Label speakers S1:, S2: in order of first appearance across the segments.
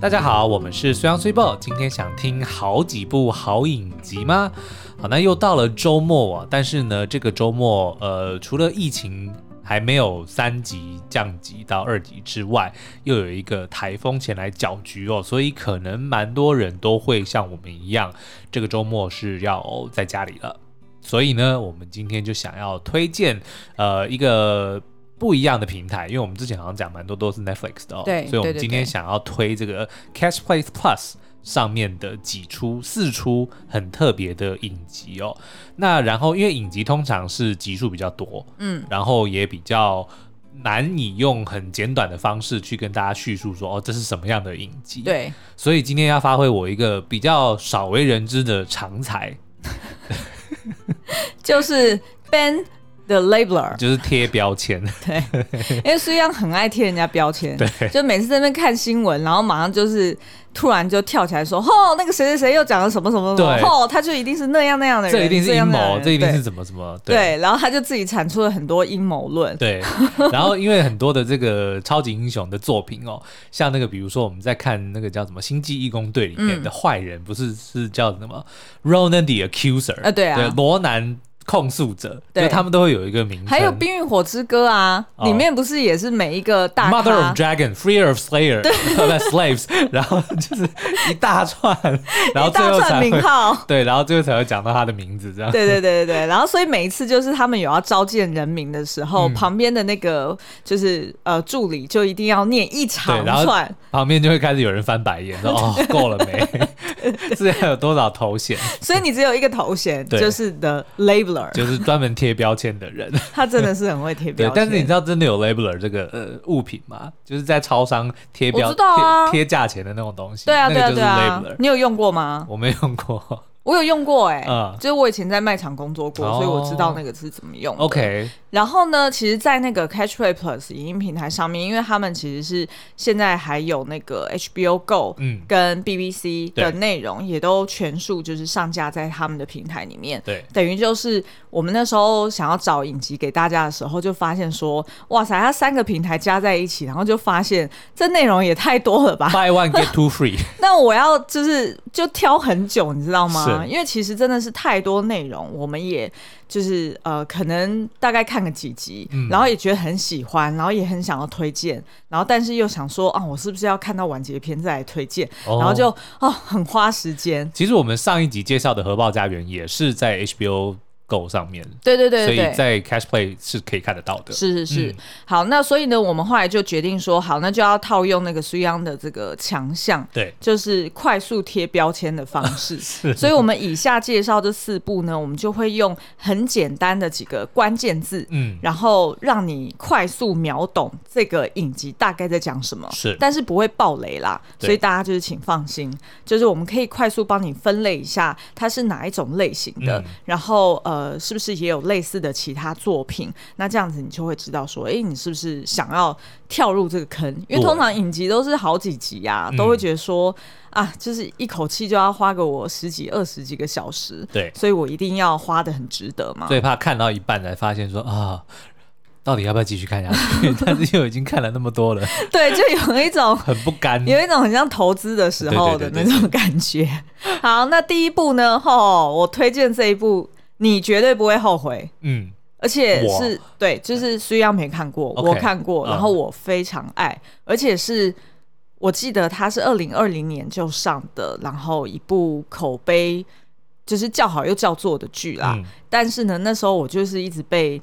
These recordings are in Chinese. S1: 大家好，我们是虽阳虽报，今天想听好几部好影集吗？好，那又到了周末啊，但是呢，这个周末呃，除了疫情还没有三级降级到二级之外，又有一个台风前来搅局哦，所以可能蛮多人都会像我们一样，这个周末是要在家里了。所以呢，我们今天就想要推荐呃一个不一样的平台，因为我们之前好像讲蛮多都是 Netflix 的哦，
S2: 对
S1: 所以我
S2: 对
S1: 们
S2: 对
S1: 今天
S2: 对
S1: 想要推这个 Catch Play Plus 上面的几出四出很特别的影集哦。那然后因为影集通常是集数比较多，
S2: 嗯，
S1: 然后也比较。难以用很简短的方式去跟大家叙述说哦，这是什么样的影集？，
S2: 对，
S1: 所以今天要发挥我一个比较少为人知的常才，
S2: 就是 Ben the Labeler，
S1: 就是贴标签。
S2: 因为苏央很爱贴人家标签，对，就每次在那边看新闻，然后马上就是突然就跳起来说：“吼，那个谁谁谁又讲了什么什么什么，
S1: 对
S2: 吼，他就一定是那样那样的人，
S1: 这一定是阴
S2: 样那样的
S1: 谋，
S2: 人
S1: 这一定是
S2: 对
S1: 怎么怎么
S2: 对。”然后他就自己产出了很多阴谋论，
S1: 对， 然后因为很多的这个超级英雄的作品哦，像那个比如说我们在看那个叫什么《星际义工队》里面
S2: 嗯
S1: 的坏人，不是是叫什么 Ronan the Accuser
S2: 啊对啊
S1: 罗南控诉者，
S2: 对
S1: 就他们都会有一个名称，
S2: 还有《冰与火之歌》啊，
S1: 哦
S2: 里面不是也是每一个大
S1: Mother of
S2: 咖
S1: Dragon, Free of Slayer, the Slaves，然后就是一大串，然后
S2: 一
S1: 最
S2: 大
S1: 后才
S2: 串名
S1: 会
S2: 号，
S1: 对，然后最后才会讲到他的名字这样。
S2: 对对对对对，然后所以每一次就是他们有要召见人民的时
S1: 嗯
S2: 候，旁边的那个就是呃助理就一定要念一
S1: 对，
S2: 长
S1: 然后
S2: 串，
S1: 旁边就会开始有人翻白眼，说：“哦，够了没？ 这要有多少头衔？
S2: 所以你只有一个头衔，
S1: 对
S2: 就是 the labeler，
S1: 就是专门贴标签的人。
S2: 他真的是很会贴”
S1: 对
S2: 标，签。
S1: 但是你知道真的有 labeler 这个呃物品吗？就是在超商贴标
S2: 我知道啊
S1: 贴贴价钱的那种东西，
S2: 对啊对
S1: 那
S2: 啊
S1: 个就
S2: 对
S1: 是
S2: 啊，
S1: labeler。
S2: 你有用过吗？
S1: 我没用 过
S2: 我有用过哎、
S1: 嗯
S2: 就是我以前在卖场工作过，
S1: 哦
S2: 所以我知道那个是怎么用的。
S1: ，OK，
S2: 然后呢，其实，在那个 Catchplay Plus 影音平台上面，因为他们其实是现在还有那个 HBO Go，
S1: 嗯，
S2: 跟 BBC
S1: 对
S2: 的内容也都全数就是上架在他们的平台里面。
S1: 对，
S2: 等于就是我们那时候想要找影集给大家的时候，就发现说，哇塞，它三个平台加在一起，然后就发现这内容也太多了 吧？
S1: buy one get two free，
S2: 那我要就是就挑很久，你知道吗？
S1: 是
S2: 因为其实真的是太多内容，我们也就是呃，可能大概看个几集，
S1: 嗯
S2: 然后也觉得很喜欢，然后也很想要推荐，然后但是又想说啊，我是不是要看到完结篇再来推荐？
S1: 哦
S2: 然后就哦，很花时间。
S1: 其实我们上一集介绍的《核爆家园》也是在 HBO Go 上面，
S2: 对对对
S1: 所
S2: 对
S1: 以
S2: 对。
S1: 在嗯 Cash Play 是可以看得到的。
S2: 是是是，好，那所以呢，我们后来就决定说，好，那就要套用那个苏央的这个强项，
S1: 对，
S2: 就是快速贴标签的方 式。所以，我们以下介绍这四步呢，我们就会用很简单的几个关键字，
S1: 嗯，
S2: 然后让你快速秒懂这个影集大概在讲什么，
S1: 是
S2: 但是不会爆雷啦，
S1: 对
S2: 所以大家就是请放心，就是我们可以快速帮你分类一下它是哪一种类型的，
S1: 嗯
S2: 然后呃，是不是也有类似的其他作品？那这样子你就会知道说，诶，你是不是想要跳入这个坑？因
S1: 对
S2: 为通常影集都是好几集呀、
S1: 嗯
S2: 都会觉得说、啊，就是一口气就要花个我十几、二十几个小时，
S1: 对，
S2: 所以我一定要花的很值得嘛。
S1: 最怕看到一半才发现说啊，到底要不要继续看下去？但是又已经看了那么多了，
S2: 对，就有一种
S1: 很不甘。
S2: 有一种很像投资的时候
S1: 对对
S2: 的
S1: 对
S2: 那
S1: 对
S2: 种感觉。 好，那第一部呢？吼，我推荐这一部，你绝对不会后悔，
S1: 嗯，
S2: 而且
S1: 我
S2: 是对，就是虽然没看过
S1: OK，
S2: 我看过，
S1: 嗯
S2: 然后我非常爱，而且是我记得它是二零二零年就上的，然后一部口碑就是叫好又叫座的剧啦。
S1: 嗯
S2: 但是呢，那时候我就是一直被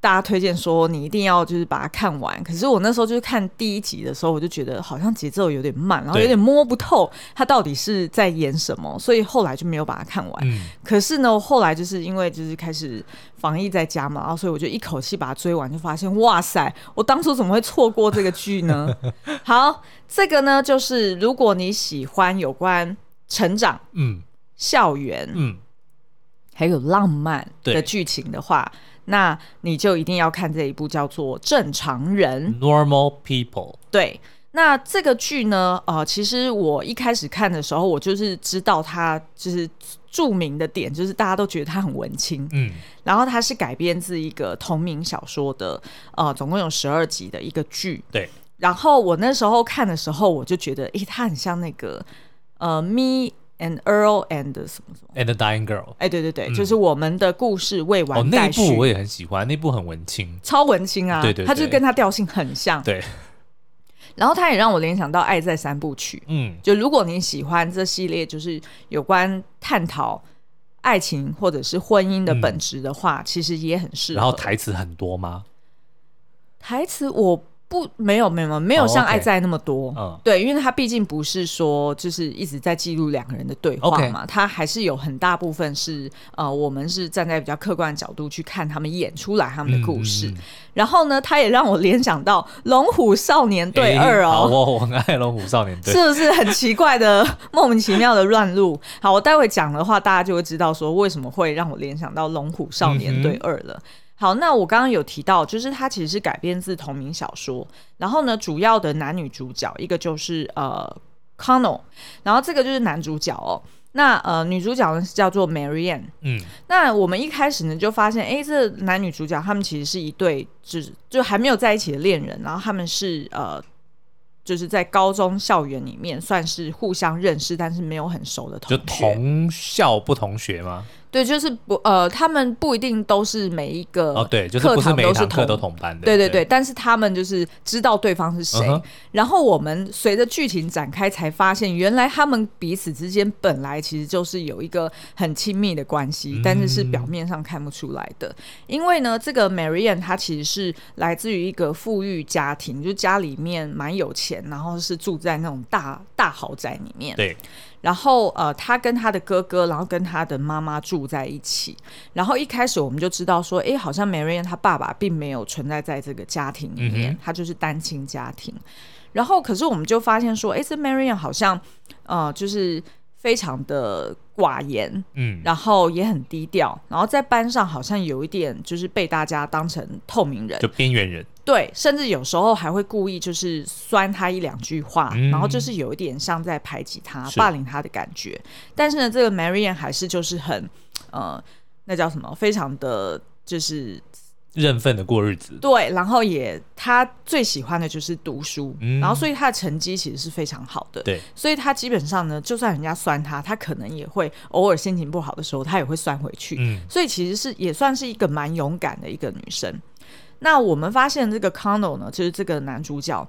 S2: 大家推荐说你一定要就是把它看完。可是我那时候就是看第一集的时候，我就觉得好像节奏有点慢，然后
S1: 对
S2: 有点摸不透它到底是在演什么，所以后来就没有把它看完。
S1: 嗯，
S2: 可是呢，我后来就是因为就是开始防疫在家嘛，然后所以我就一口气把它追完，就发现哇塞，我当初怎么会错过这个剧 呢？好，这个呢就是如果你喜欢有关成长、
S1: 嗯
S2: 校园、
S1: 嗯，
S2: 还有浪漫的
S1: 对
S2: 剧情的话，那你就一定要看这一部叫做《正常人》。
S1: 嗯 Normal People，
S2: 对，那这个剧呢，呃，其实我一开始看的时候，我就是知道它就是著名的点，就是大家都觉得它很文青。
S1: 嗯，
S2: 然后它是改编自一个同名小说的，呃，总共有十二集的一个剧。
S1: 对。
S2: 然后我那时候看的时候，我就觉得，诶，它很像那个呃，Me and Earl and 什么什么。
S1: And the Dying Girl。
S2: 哎，对对对，就是我们的故事未
S1: 嗯哦，
S2: 完
S1: 那
S2: 待
S1: 一
S2: 续，
S1: 部我也很喜欢，那部很文青。
S2: 超文青啊，
S1: 对对对
S2: 它就是跟它调性很像。
S1: 对，
S2: 然后它也让我联想到《爱在三部曲》，
S1: 嗯，
S2: 就如果你喜欢这系列，就是有关探讨爱情或者是婚姻的本质的话，其实也很适
S1: 嗯
S2: 合。
S1: 然后台词很多吗？
S2: 台词我不没有没有没有
S1: 哦
S2: 像《
S1: ，OK
S2: 爱在》那么多。
S1: 嗯
S2: 对，因为它毕竟不是说就是一直在记录两个人的对话
S1: OK
S2: 嘛，它还是有很大部分是呃，我们是站在比较客观的角度去看他们演出来他们的故事。
S1: 嗯嗯
S2: 然后呢，它也让我联想到《龙虎少年队
S1: 诶
S2: 二》哦，
S1: 好我我很爱龙虎少年队。
S2: 是不是很奇怪的、莫名其妙的乱入？好，我待会讲的话，大家就会知道说为什么会让我联想到《龙虎少年队二》了。
S1: 嗯
S2: 好，那我刚刚有提到，就是它其实是改编自同名小说，然后呢，主要的男女主角一个就是呃 Connell，然后这个就是男主角哦。那呃，女主角呢是叫做 Marianne。
S1: 嗯，
S2: 那我们一开始呢就发现，哎，这男女主角他们其实是一对，就是就还没有在一起的恋人，然后他们是呃，就是在高中校园里面算是互相认识，但是没有很熟的同
S1: 就
S2: 学。
S1: 同校不同学吗？
S2: 对，就是不呃，他们不一定都是每一个
S1: 哦，对，就是
S2: 呃课
S1: 不
S2: 堂
S1: 每一
S2: 都是
S1: 堂课
S2: 同
S1: 都同班的。
S2: 对对对，，但是他们就是知道对方是谁。
S1: 嗯哼
S2: 然后我们随着剧情展开，才发现原来他们彼此之间本来其实就是有一个很亲密的关系，但是是表面上看不出来的。因为呢，这个 Marianne 她其实是来自于一个富裕家庭，就家里面蛮有钱，然后是住在那种大大豪宅里面。
S1: 对，
S2: 然后呃，他跟他的哥哥，然后跟他的妈妈住在一起。然后一开始我们就知道说，诶，好像 Marian 他爸爸并没有存在在这个家庭里
S1: 嗯
S2: 面，
S1: 哼
S2: 他就是单亲家庭。然后可是我们就发现说，诶，这 Marian 好像呃，就是非常的寡言，
S1: 嗯，
S2: 然后也很低调，然后在班上好像有一点就是被大家当成透明人，
S1: 就边缘人。
S2: 对，甚至有时候还会故意就是酸他一两句话，
S1: 嗯
S2: 然后就是有一点像在排挤他、
S1: 是
S2: 霸凌他的感觉。但是呢，这个 Marian 还是就是很呃，那叫什么，非常的就是
S1: 认份的过日子。
S2: 对，然后也他最喜欢的就是读书，
S1: 嗯
S2: 然后所以他的成绩其实是非常好的。
S1: 对，
S2: 所以他基本上呢，就算人家酸他，他可能也会偶尔心情不好的时候，他也会酸回去。
S1: 嗯，
S2: 所以其实是也算是一个蛮勇敢的一个女生。那我们发现这个 Connell 呢，就是这个男主角，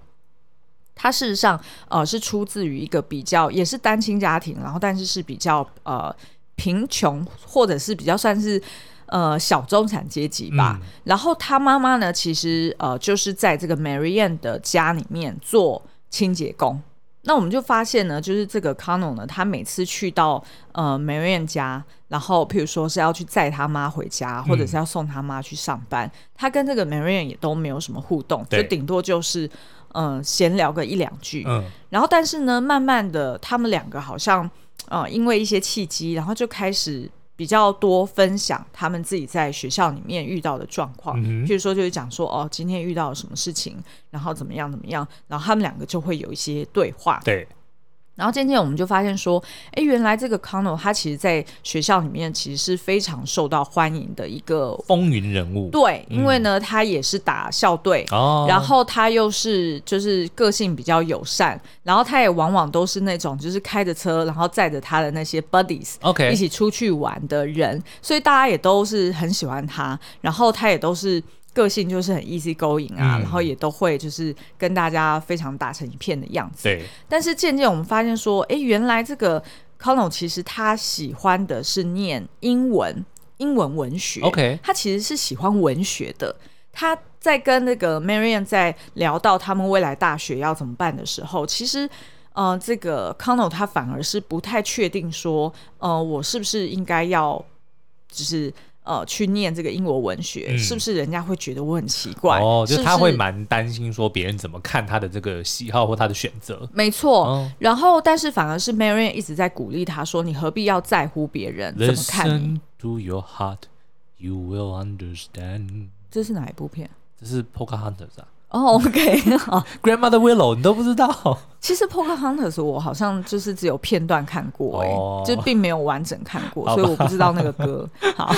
S2: 他事实上呃是出自于一个比较也是单亲家庭，然后但是是比较呃贫穷或者是比较算是。呃，小中产阶级吧。
S1: 嗯
S2: 然后他妈妈呢，其实呃，就是在这个 Marianne 的家里面做清洁工。那我们就发现呢，就是这个 Connell 呢，他每次去到呃 Marian 家，然后譬如说是要去载他妈回家，或
S1: 嗯
S2: 者是要送他妈去上班，他跟这个 Marian 也都没有什么互动，就
S1: 对
S2: 顶多就是嗯闲、聊个一两句。
S1: 嗯，
S2: 然后但是呢，慢慢的他们两个好像呃因为一些契机，然后就开始。比较多分享他们自己在学校里面遇到的状
S1: 嗯
S2: 况，
S1: 哼
S2: 譬如说就是讲说哦，今天遇到了什么事情，然后怎么样怎么样，然后他们两个就会有一些对话。
S1: 对，
S2: 然后渐渐我们就发现说，哎，原来这个 Connell 他其实在学校里面其实是非常受到欢迎的一个，
S1: 风云人物。
S2: 对，因为呢、他也是打校队。
S1: 嗯哦，
S2: 然后他又是就是个性比较友善，然后他也往往都是那种就是开着车，然后载着他的那些 buddies，
S1: OK，
S2: 一起出去玩的人，所以大家也都是很喜欢他，然后他也都是个性就是很 easy going 啊，
S1: 嗯
S2: 然后也都会就是跟大家非常打成一片的样子。
S1: 对，
S2: 但是渐渐我们发现说，诶，原来这个 Connell 其实他喜欢的是念英文，英文文学。
S1: OK
S2: 他其实是喜欢文学的。他在跟那个 Marian 在聊到他们未来大学要怎么办的时候，其实。呃，这个 Connell 他反而是不太确定说，呃，我是不是应该要，就是呃，去念这个英国文学，
S1: 嗯
S2: 是不是人家会觉得我很奇怪？
S1: 哦，
S2: 是
S1: 就
S2: 不
S1: 他会
S2: 是
S1: 蛮担心说别人怎么看他的这个喜好或他的选择。
S2: 没错，
S1: 哦
S2: 然后但是反而是 Marian 一直在鼓励他说：“你何必要在乎别人怎么看你
S1: Listen to your heart, you will understand。？”
S2: 这是哪一部片？
S1: 这是 Pocahontas 啊
S2: 哦、o k 好。
S1: ，Grandmother Willow，你都不知道。
S2: 其实《Pocahontas》我好像就是只有片段看过、欸，
S1: 哦
S2: 就并没有完整看过，
S1: 好吧
S2: 所以我不知道那 个歌。好，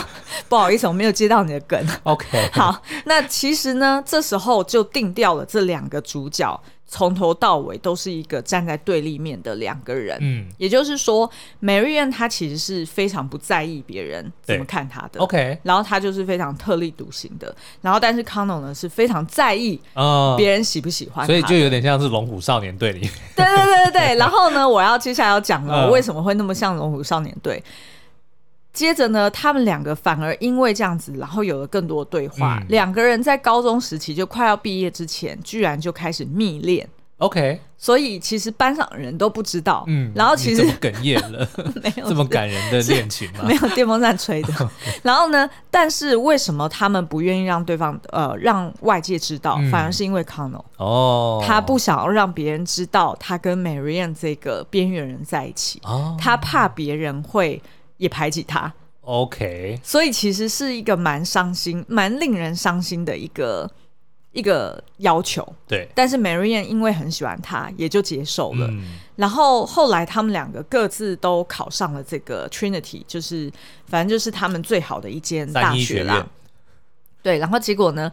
S2: 不好意思，我没有接到你的梗。
S1: OK，
S2: 好，那其实呢，这时候就定掉了这两个主角，从头到尾都是一个站在对立面的两个人。
S1: 嗯
S2: 也就是说，Mary Ann 她其实是非常不在意别人怎么
S1: 对
S2: 看她的。
S1: ，OK，
S2: 然后她就是非常特立独行的，然后但是 Connell 呢是非常在意
S1: 嗯，
S2: 别人喜不喜欢
S1: 所
S2: 她的，
S1: 以就有点像是龙虎少年队里，
S2: 对对对对 对。然后呢，我要接下来要讲
S1: 嗯
S2: 了，我为什么会那么像龙虎少年队？接着呢，他们两个反而因为这样子，然后有了更多的对话。
S1: 嗯
S2: 两个人在高中时期就快要毕业之前，居然就开始密恋，
S1: OK，
S2: 所以其实班上人都不知道。
S1: 嗯，
S2: 然后哦其实
S1: 你怎么哽咽了，
S2: 没有
S1: 这么感人的恋情吗
S2: 没？有电风扇吹 的。然后呢，但是为什么他们不愿意让对方呃让外界知道？
S1: 嗯
S2: 反而是因为康农、
S1: 哦，
S2: 他不想要让别人知道他跟 Marianne 这个边缘人在一起，
S1: 哦
S2: 他怕别人会也排挤他，
S1: ，OK，
S2: 所以其实是一个蛮伤心、蛮令人伤心的一个一个要求。
S1: 对，
S2: 但是 Marianne 因为很喜欢他，也就接受了。
S1: 嗯
S2: 然后后来他们两个各自都考上了这个 Trinity，就是反正就是他们最好的一间大
S1: 三一
S2: 学
S1: 学
S2: 啦
S1: 院。
S2: 对，然后结果呢，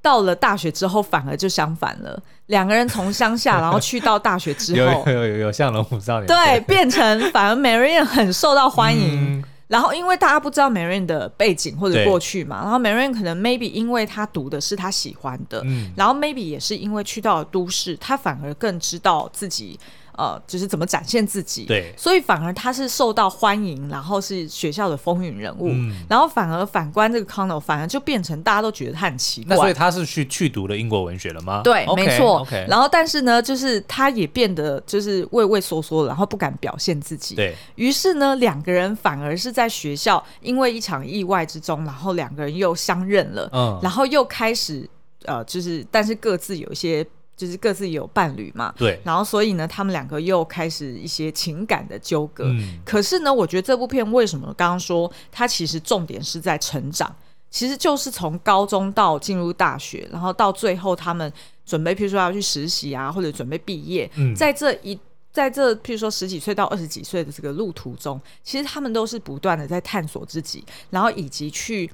S2: 到了大学之后反而就相反了，两个人从 乡下然后去到大学之
S1: 有有，
S2: 后
S1: 有有有像龙虎少年
S2: 对，
S1: 队，
S2: 变成反而 Marian 很受到欢迎。
S1: 嗯
S2: 然后因为大家不知道 Marian 的背景或者
S1: 对
S2: 过去嘛，然后 Marian 可能 maybe 因为他读的是他喜欢的，
S1: 嗯
S2: 然后 maybe 也是因为去到了都市，他反而更知道自己呃，就是怎么展现自己。
S1: 对
S2: 所以反而他是受到欢迎，然后是学校的风云人物，
S1: 嗯
S2: 然后反而反观这个 Connell，反而就变成大家都觉得他很奇
S1: 那所以
S2: 怪。
S1: 他是去去读了英国文学了吗？
S2: 对
S1: OK，
S2: 没错。
S1: ，OK，
S2: 然后，但是呢，就是他也变得就是畏畏缩缩，然后不敢表现自己。
S1: 对，
S2: 于是呢，两个人反而是在学校，因为一场意外之中，然后两个人又相认了，
S1: 嗯，
S2: 然后又开始呃，就是但是各自有一些，就是各自有伴侣嘛，
S1: 对，
S2: 然后所以呢，他们两个又开始一些情感的纠葛。
S1: 嗯
S2: 可是呢，我觉得这部片为什么刚刚说它其实重点是在成长，其实就是从高中到进入大学，然后到最后他们准备，譬如说要去实习啊，或者准备毕业，
S1: 嗯，
S2: 在这一。在这，譬如说十几岁到二十几岁的这个路途中，其实他们都是不断的在探索自己，然后以及去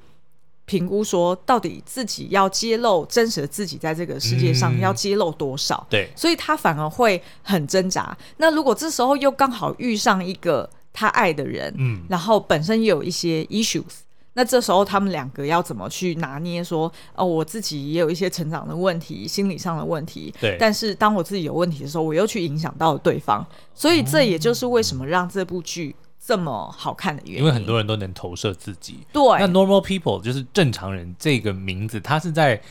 S2: 评估说，到底自己要揭露真实的自己在这个世界上
S1: 嗯
S2: 要揭露多少。
S1: 对，
S2: 所以他反而会很挣扎。那如果这时候又刚好遇上一个他爱的人，
S1: 嗯
S2: 然后本身也有一些 issues，那这时候他们两个要怎么去拿捏说？哦，我自己也有一些成长的问题，心理上的问题。
S1: 对
S2: 但是当我自己有问题的时候，我又去影响到了对方，所以这也就是为什么让这部剧这么好看的原因。
S1: 因为很多人都能投射自己。那
S2: 对
S1: normal people 就是正常人这个名字，它是在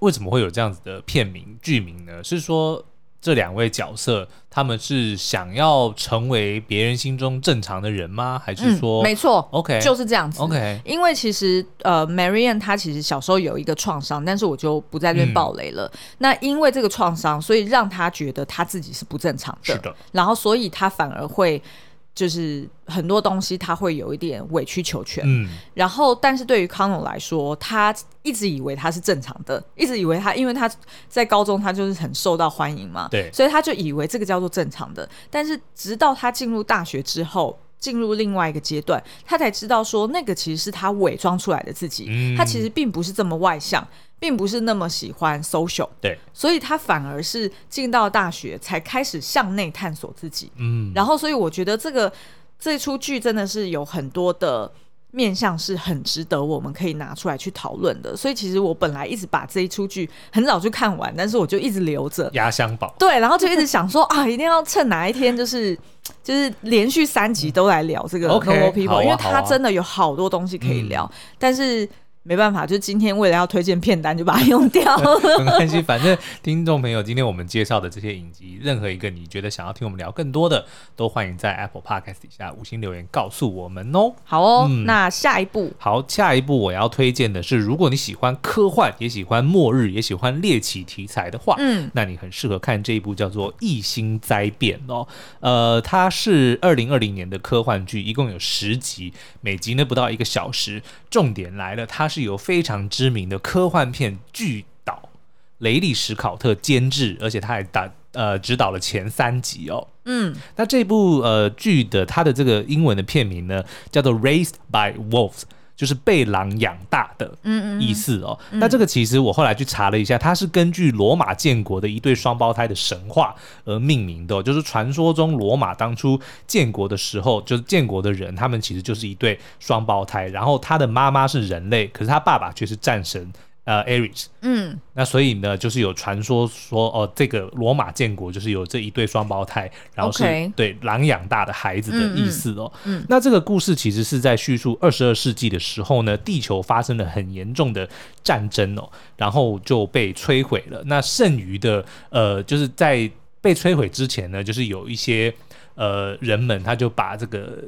S1: 为什么会有这样子的片名剧名呢？是说这两位角色他们是想要成为别人心中正常的人吗？还是说、
S2: 嗯、没错
S1: OK
S2: 就是这样子。
S1: OK
S2: 因为其实呃，Marianne 她其实小时候有一个创伤，但是我就不在这边
S1: 嗯
S2: 暴雷了。那因为这个创伤，所以让她觉得她自己是不正常的，
S1: 是的
S2: 然后所以她反而会就是很多东西她会有一点委曲求全。
S1: 嗯
S2: 然后，但是对于康永来说，他一直以为他是正常的，一直以为他，因为他在高中他就是很受到欢迎嘛，
S1: 对
S2: 所以他就以为这个叫做正常的。但是直到他进入大学之后，进入另外一个阶段，他才知道说那个其实是他伪装出来的自己，
S1: 嗯
S2: 他其实并不是这么外向，并不是那么喜欢 social，
S1: 对
S2: 所以他反而是进到大学才开始向内探索自己。
S1: 嗯
S2: 然后，所以我觉得这个这出剧真的是有很多的面向是很值得我们可以拿出来去讨论的。所以，其实我本来一直把这一出剧很早就看完，但是我就一直留着。
S1: 压箱宝。
S2: 对，然后就一直想说啊，一定要趁哪一天，就是就是连续三集都来聊这个
S1: OK，
S2: Normal People，、
S1: 好啊
S2: 因为
S1: 好
S2: 它
S1: 啊嗯
S2: 真的有好多东西可以聊，但是没办法，就今天为了要推荐片单，就把它 用掉了。
S1: 没关系，反正听众朋友，今天我们介绍的这些影集，任何一个你觉得想要听我们聊更多的，都欢迎在 Apple Podcast 底下五星留言告诉我们哦。
S2: 好哦，
S1: 嗯
S2: 那下一步
S1: 好，下一部我要推荐的是，如果你喜欢科幻，也喜欢末日，也喜欢猎奇题材的话，
S2: 嗯，
S1: 那你很适合看这一部叫做《异星灾变》哦。呃，它是二零二零年的科幻剧，一共有十集，每集呢不到一个小时。重点来了，它是由非常知名的科幻片巨导雷利·史考特监制，而且他还打呃指导了前三集哦。
S2: 嗯，
S1: 那这部呃剧的它的这个英文的片名呢，叫做《Raised by Wolves》，就是被狼养大的
S2: 嗯嗯
S1: 意思哦。那这个其实我后来去查了一下，它是根据罗马建国的一对双胞胎的神话而命名的、哦，就是传说中罗马当初建国的时候，就是建国的人，他们其实就是一对双胞胎，然后他的妈妈是人类，可是他爸爸却是战神。呃，Ares，
S2: 嗯，
S1: 那所以呢，就是有传说说，哦，这个罗马建国就是有这一对双胞胎，然后是
S2: OK
S1: 对狼养大的孩子的意思哦。
S2: 嗯嗯嗯
S1: 那这个故事其实是在叙述二十二世纪的时候呢，地球发生了很严重的战争哦，然后就被摧毁了。那剩余的呃，就是在被摧毁之前呢，就是有一些呃人们他就把这个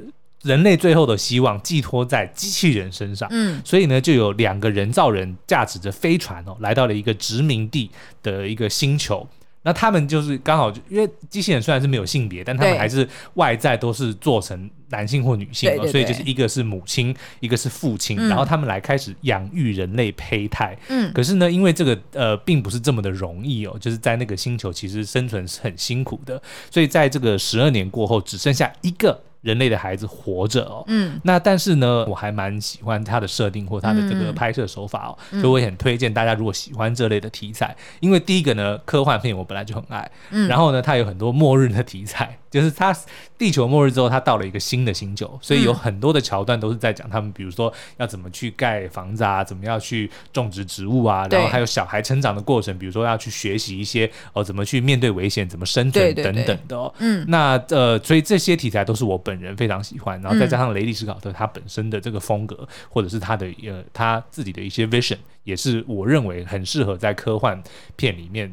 S1: 人类最后的希望寄托在机器人身上。
S2: 嗯
S1: 所以呢，就有两个人造人驾驶着飞船哦，来到了一个殖民地的一个星球。那他们就是刚好就，因为机器人虽然是没有性别，但他们
S2: 对
S1: 还是外在都是做成男性或女性哦，
S2: 对对
S1: 所以
S2: 对
S1: 就是一个是母亲，一个是父亲，
S2: 嗯
S1: 然后他们来开始养育人类胚胎。
S2: 嗯，
S1: 可是呢，因为这个呃，并不是这么的容易哦，就是在那个星球其实生存是很辛苦的，所以在这个十二年过后，只剩下一个人类的孩子活着哦。
S2: 嗯，
S1: 那但是呢，我还蛮喜欢它的设定或它的这
S2: 嗯
S1: 个拍摄手法哦，所以我也很推荐大家，如果喜欢这类的题材，因为第一个呢，科幻片我本来就很爱，
S2: 嗯
S1: 然后呢，它有很多末日的题材， 就是它地球末日之后，它到了一个新的星球，所以
S2: 嗯
S1: 有很多的桥段都是在讲他们，比如说要怎么去盖房子啊，怎么样去种植植物啊，
S2: 对
S1: 然后还有小孩成长的过程，比如说要去学习一些哦怎么去面对危险，怎么生存
S2: 对对
S1: 等
S2: 对
S1: 等的哦。
S2: 嗯
S1: 那呃，所以这些题材都是我本人非常喜欢，然后
S2: 嗯
S1: 再加上雷利·史考特他本身的这个风格，或者是他的呃他自己的一些 vision，也是我认为很适合在科幻片里面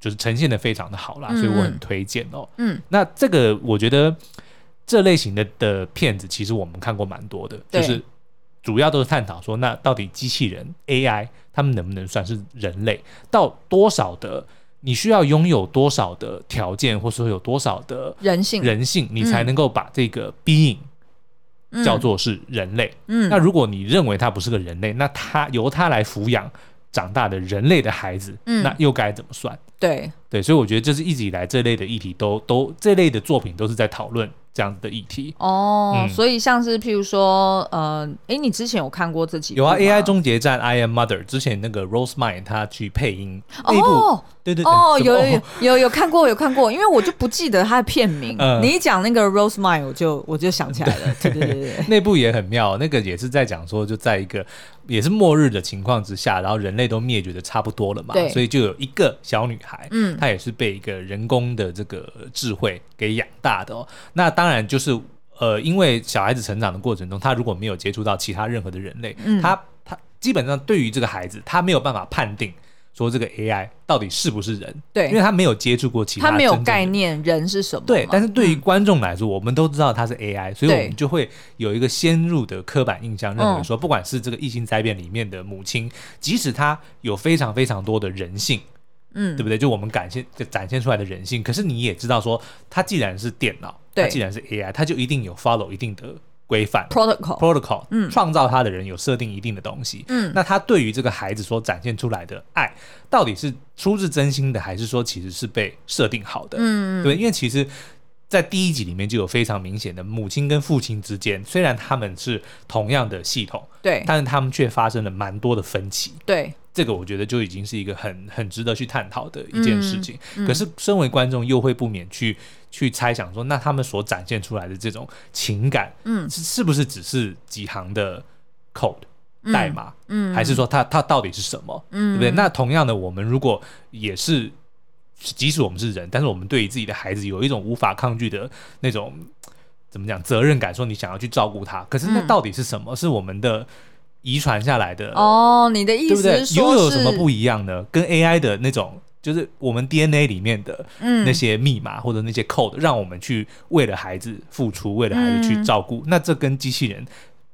S1: 就是呈现的非常的好啦，
S2: 嗯
S1: 所以我很推荐哦。
S2: 嗯，
S1: 那这个我觉得这类型的的片子，其实我们看过蛮多的，
S2: 对
S1: 就是主要都是探讨说，那到底机器人 AI 他们能不能算是人类？到多少的你需要拥有多少的条件，或者说有多少的
S2: 人性嗯
S1: 人性，你才能够把这个 being 叫做是人类。那
S2: 嗯
S1: 如果你认为他不是个人类，那他由他来抚养长大的人类的孩子，
S2: 嗯
S1: 那又该怎么算？
S2: 对，
S1: 对，所以我觉得这是一直以来这类的议题都都这类的作品都是在讨论这样子的议题。
S2: 哦，
S1: 嗯
S2: 所以像是譬如说，呃，诶，你之前有看过这几
S1: 有啊
S2: 部吗
S1: ，AI 终结战《I Am Mother》之前那个 Rosemary 她去配音那一部，
S2: 哦
S1: 对对对，
S2: 哦，
S1: 怎么
S2: 有有有有有看过有看过，因为我就不记得它的片 名，
S1: 嗯
S2: 你一讲那个 Rose Mine，我就我就想起来 了，对对对对对，
S1: 那部也很妙，那个也是在讲说，就在一个也是末日的情况之下，然后人类都灭绝的差不多了嘛
S2: 对，
S1: 所以就有一个小女孩，
S2: 嗯
S1: 她也是被一个人工的这个智慧给养大的哦。那当然就是呃，因为小孩子成长的过程中，他如果没有接触到其他任何的人类，
S2: 嗯
S1: 他他基本上对于这个孩子，他没有办法判定说这个 AI 到底是不是人，
S2: 对
S1: 因为他没有接触过其
S2: 他
S1: 他
S2: 没
S1: 真
S2: 有
S1: 正的
S2: 概
S1: 人
S2: 念人是什么嘛，
S1: 对，但是对于观众来说，我们都知道它是 AI，所以我
S2: 嗯对嗯
S1: 们就会有一个先入的刻板印象，认为说，不管是这个《异星灾变》里面的母亲，即使她有非常非常多的人性，
S2: 嗯
S1: 对不对？就我们展现就展现出来的人性，可是你也知道说，它既然是电脑，
S2: 对
S1: 它既然是 AI，它就一定有 follow 一定的规范。
S2: protocol，
S1: protocol，
S2: 嗯
S1: 创造它的人有设定一定的东西，
S2: 嗯
S1: 那他对于这个孩子所展现出来的爱，到底是出自真心的，还是说其实是被设定好的？
S2: 嗯
S1: 对，因为其实，在第一集里面就有非常明显的母亲跟父亲之间，虽然他们是同样的系统，
S2: 对
S1: 但是他们却发生了蛮多的分歧。
S2: 对
S1: 这个我觉得就已经是一个很很值得去探讨的一件事情。
S2: 嗯
S1: 可是身为观众又会不免去去猜想说，那他们所展现出来的这种情感，
S2: 嗯
S1: 是是不是只是几行的 code
S2: 嗯
S1: 代码？
S2: 嗯
S1: 还是说它它到底是什么，对不对？那同样的，我们如果也是，即使我们是人，但是我们对于自己的孩子有一种无法抗拒的那种怎么讲责任感，说你想要去照顾他，可是那
S2: 嗯
S1: 到底是什么？是我们的遗传下来的，
S2: 哦，你的意
S1: 呃对不对
S2: 思是？
S1: 又
S2: 说
S1: 有什么
S2: 是
S1: 不一样呢？跟 AI 的那种。就是我们 DNA 里面的
S2: 嗯
S1: 那些密码或者那些 code，、让我们去为了孩子付出，为了孩子去
S2: 嗯
S1: 照顾。那这跟机器人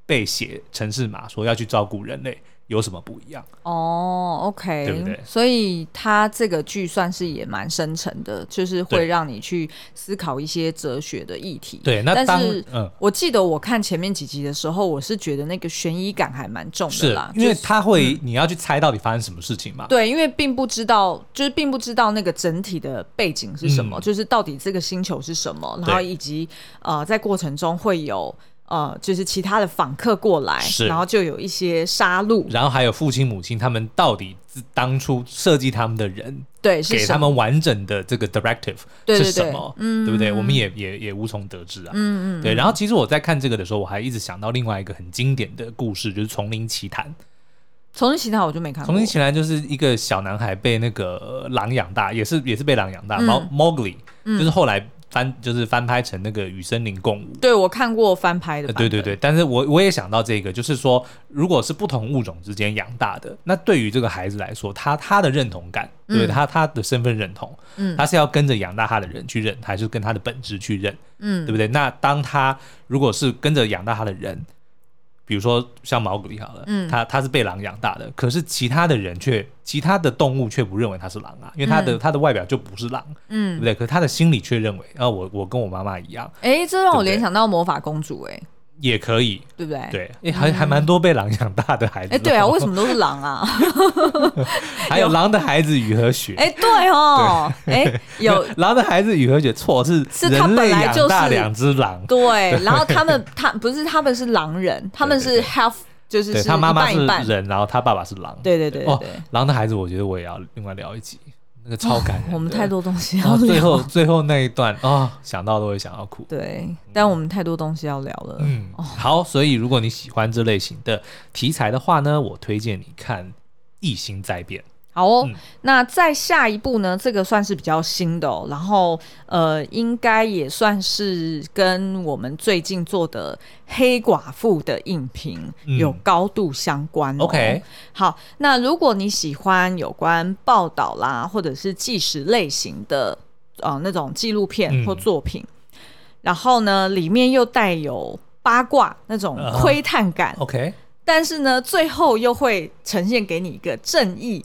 S1: 被写程式码说要去照顾人类有什么不一样？
S2: 哦，OK，
S1: 对不对
S2: 所以它这个剧算是也蛮深沉的，就是会
S1: 对
S2: 让你去思考一些哲学的议题。
S1: 对，那
S2: 但
S1: 当
S2: 是
S1: 嗯
S2: 我记得我看前面几集的时候，我是觉得那个悬疑感还蛮重的
S1: 是
S2: 啦，
S1: 因为
S2: 就是嗯
S1: 他会、你要去猜到底发生什么事情嘛？
S2: 对，因为并不知道，就是并不知道那个整体的背景是什么，
S1: 嗯
S2: 就是到底这个星球是什么，然后
S1: 对
S2: 以及呃，在过程中会有呃，就是其他的访客过来，
S1: 是
S2: 然后就有一些杀戮，
S1: 然后还有父亲母亲他们到底自当初设计他们的人
S2: 对，是
S1: 给
S2: 什
S1: 他
S2: 么？
S1: 们完整的这个 directive
S2: 对对
S1: 是什
S2: 对嗯
S1: 么，对不对？我们也也也无从得知啊。嗯嗯。对，然后其实我在看这个的时候，我还一直想到另外一个很经典的故事，就是《丛林奇谭》。
S2: 哦重新其他我就没
S1: 《
S2: 看过
S1: 丛林。奇谭》就是一个小男孩被那个呃狼养大，也是也是被狼养大，
S2: 嗯
S1: 猫 Mowgli，就是后来翻就是翻拍成那个《与森林共舞》。
S2: 对，我看过翻拍的
S1: 呃
S2: 版
S1: 对
S2: 本，
S1: 对对，但是我我也想到这个，就是说，如果是不同物种之间养大的，那对于这个孩子来说，他他的认同感，对、
S2: 嗯
S1: 他他的身份认同，
S2: 嗯
S1: 他是要跟着养大他的人去认，还是跟他的本质去认，对
S2: 嗯，
S1: 不对？那当他如果是跟着养大他的人，比如说像毛里好了，
S2: 嗯
S1: 他他是被狼养大的，可是其他的人却其他的动物却不认为他是狼啊，因为他的、他的外表就不是狼，对
S2: 嗯
S1: 不，对？可是他的心里却认为，啊，我我跟我妈妈一样，
S2: 哎、这让我联
S1: 对
S2: 想到魔法公主、哎，
S1: 也可以。
S2: 对不对？
S1: 对，诶还还蛮多被狼养大的孩子。
S2: 哎、对啊，为什
S1: 么？
S2: 么都是狼啊？
S1: 还有狼的孩子雨和雪。
S2: 哎、对哦，哎、 有
S1: 狼的孩子雨和雪，错是
S2: 是他
S1: 人类
S2: 本来
S1: 养大
S2: 就是
S1: 两只狼。
S2: 对，然后他们他不是他们是狼人，他们
S1: 对
S2: 是
S1: 对
S2: half，就是
S1: 对
S2: 是
S1: 他妈妈
S2: 一
S1: 是
S2: 半一半。
S1: 人，然后他爸爸是狼。
S2: 对对对对
S1: 哦
S2: 对，，
S1: 狼的孩子，我觉得我也要另外聊一集，那个超感人的。
S2: 哦我们太多东西
S1: 然
S2: 要
S1: 后
S2: 聊。
S1: 哦最后最后那一段啊、哦想到都会想要哭。
S2: 对，但我们太多东西要聊了。
S1: 嗯，好，所以如果你喜欢这类型的题材的话呢，我推荐你看《异星灾 变》。
S2: 好哦，
S1: 嗯
S2: 那再下一步呢？这个算是比较新的、哦，然后呃，应该也算是跟我们最近做的《黑寡妇》的影评
S1: 嗯
S2: 有高度相关、哦
S1: OK，
S2: 好，那如果你喜欢有关报道啦，或者是纪实类型的呃那种纪录片或
S1: 嗯
S2: 作品，然后呢，里面又带有八卦那种
S1: 啊
S2: 窥探感，
S1: OK，
S2: 但是呢，最后又会呈现给你一个正义。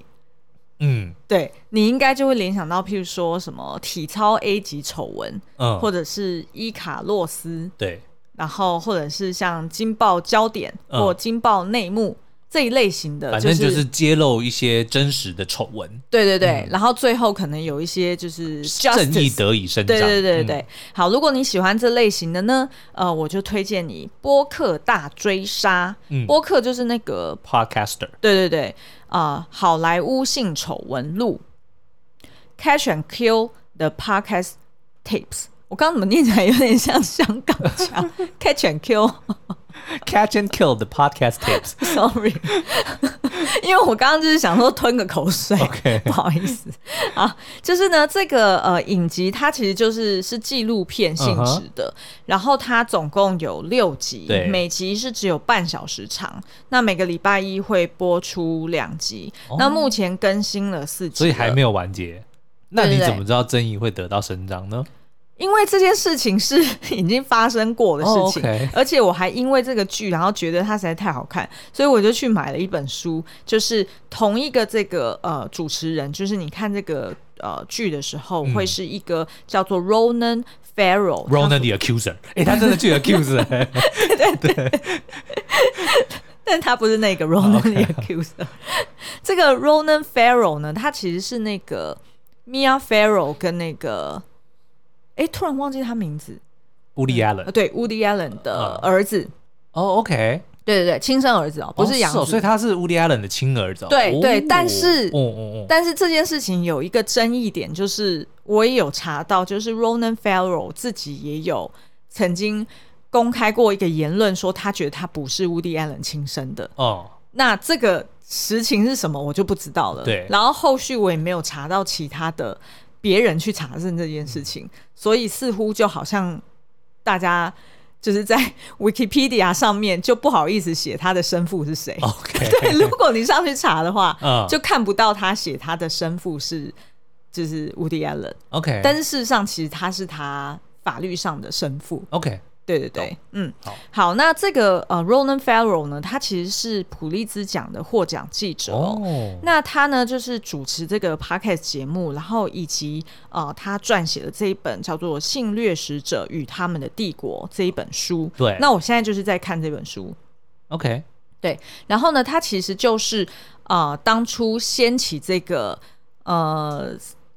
S1: 嗯
S2: 对你应该就会联想到，譬如说什么体操 A 级丑闻，
S1: 嗯，
S2: 或者是伊卡洛斯，
S1: 对，
S2: 然后或者是像惊爆焦点
S1: 嗯
S2: 或惊爆内幕、这一类型的，
S1: 反正
S2: 就
S1: 就是揭露一些真实的丑闻，
S2: 对对对，然后最后可能有一些就是
S1: 正义
S2: justice。
S1: 得以伸张。
S2: 对对对对对，
S1: 嗯
S2: 好，如果你喜欢这类型的呢，呃，我就推荐你《播客大追杀》。
S1: 嗯
S2: 播客就是那个，
S1: podcaster
S2: 对对对，啊、好莱坞性丑闻录，Catch and Kill the Podcast Tapes。我刚刚怎么念起来有点像香港腔？Catch and Kill。
S1: catch and kill the podcast tips。
S2: Sorry，因为我刚刚就是想说吞个口水
S1: OK
S2: 不好意思啊。就是呢，这个呃影集它其实就是是纪录片性质的然后它总共有六集
S1: 嗯对，
S2: 每集是只有半小时长。那每个礼拜一会播出两集
S1: 哦
S2: 那目前更新了四集，
S1: 所以还没
S2: 有。
S1: 有完结。那
S2: 对
S1: 你
S2: 对对
S1: 怎么知道正义会得到伸张呢？
S2: 因为这件事情是 已经发生过的事情
S1: 哦，OK
S2: 而且我还因为这个剧，然后觉得它实在太好看，所以我就去买了一本书，就是同一个这个呃主持人，就是你看这个呃剧的时候，
S1: 嗯
S2: 会是一个叫做 Ronan Farrow 他
S1: Ronan the Accuser，哎、他真的去 accuse，欸
S2: 但他不是那个 Ronan the Accuser。这 个 Ronan Farrow 呢，他其实是那个 Mia Farrow 跟那个，哎，突然忘记他名字，
S1: 乌利亚人。
S2: 呃对，Woody Allen 的
S1: 啊
S2: 儿子。
S1: 哦，OK，
S2: 对对对，亲生儿子哦，不
S1: 哦
S2: 是养子。
S1: 哦所以他是乌利亚人的亲儿子哦。
S2: 对
S1: 哦
S2: 对但是
S1: 哦哦哦，
S2: 但是这件事情有一个争议点，就是我也有查到，就是 Ronan Farrow 自己也有曾经公开过一个言论，说他觉得他不是 Woody Allen 亲生的。
S1: 哦，
S2: 那这个实情是什么，我就不知道了。
S1: 对
S2: 然后后续我也没有查到其他的别人去查证这件事情，所以似乎就好像大家就是在 Wikipedia 上面就不好意思写他的生父是谁。
S1: OK，
S2: 对，如果你上去查的话，
S1: 嗯
S2: 就看不到他写他的生父是就是 Woody Allen，
S1: OK，
S2: 但是事实上其实他是他法律上的生父。
S1: OK，
S2: 对对对，嗯
S1: 好，
S2: 好，那这个呃，Ronan Farrow 呢，他其实是普利兹奖的获奖记者哦。
S1: 哦，
S2: 那他呢，就是主持这个 podcast 节目，然后以及呃，他撰写的这一本叫做《性掠食者与他们的帝国》这一本书。
S1: 对
S2: 那我现在就是在看这本书，
S1: OK，
S2: 对，然后呢，它其实就是呃，当初掀起这个呃，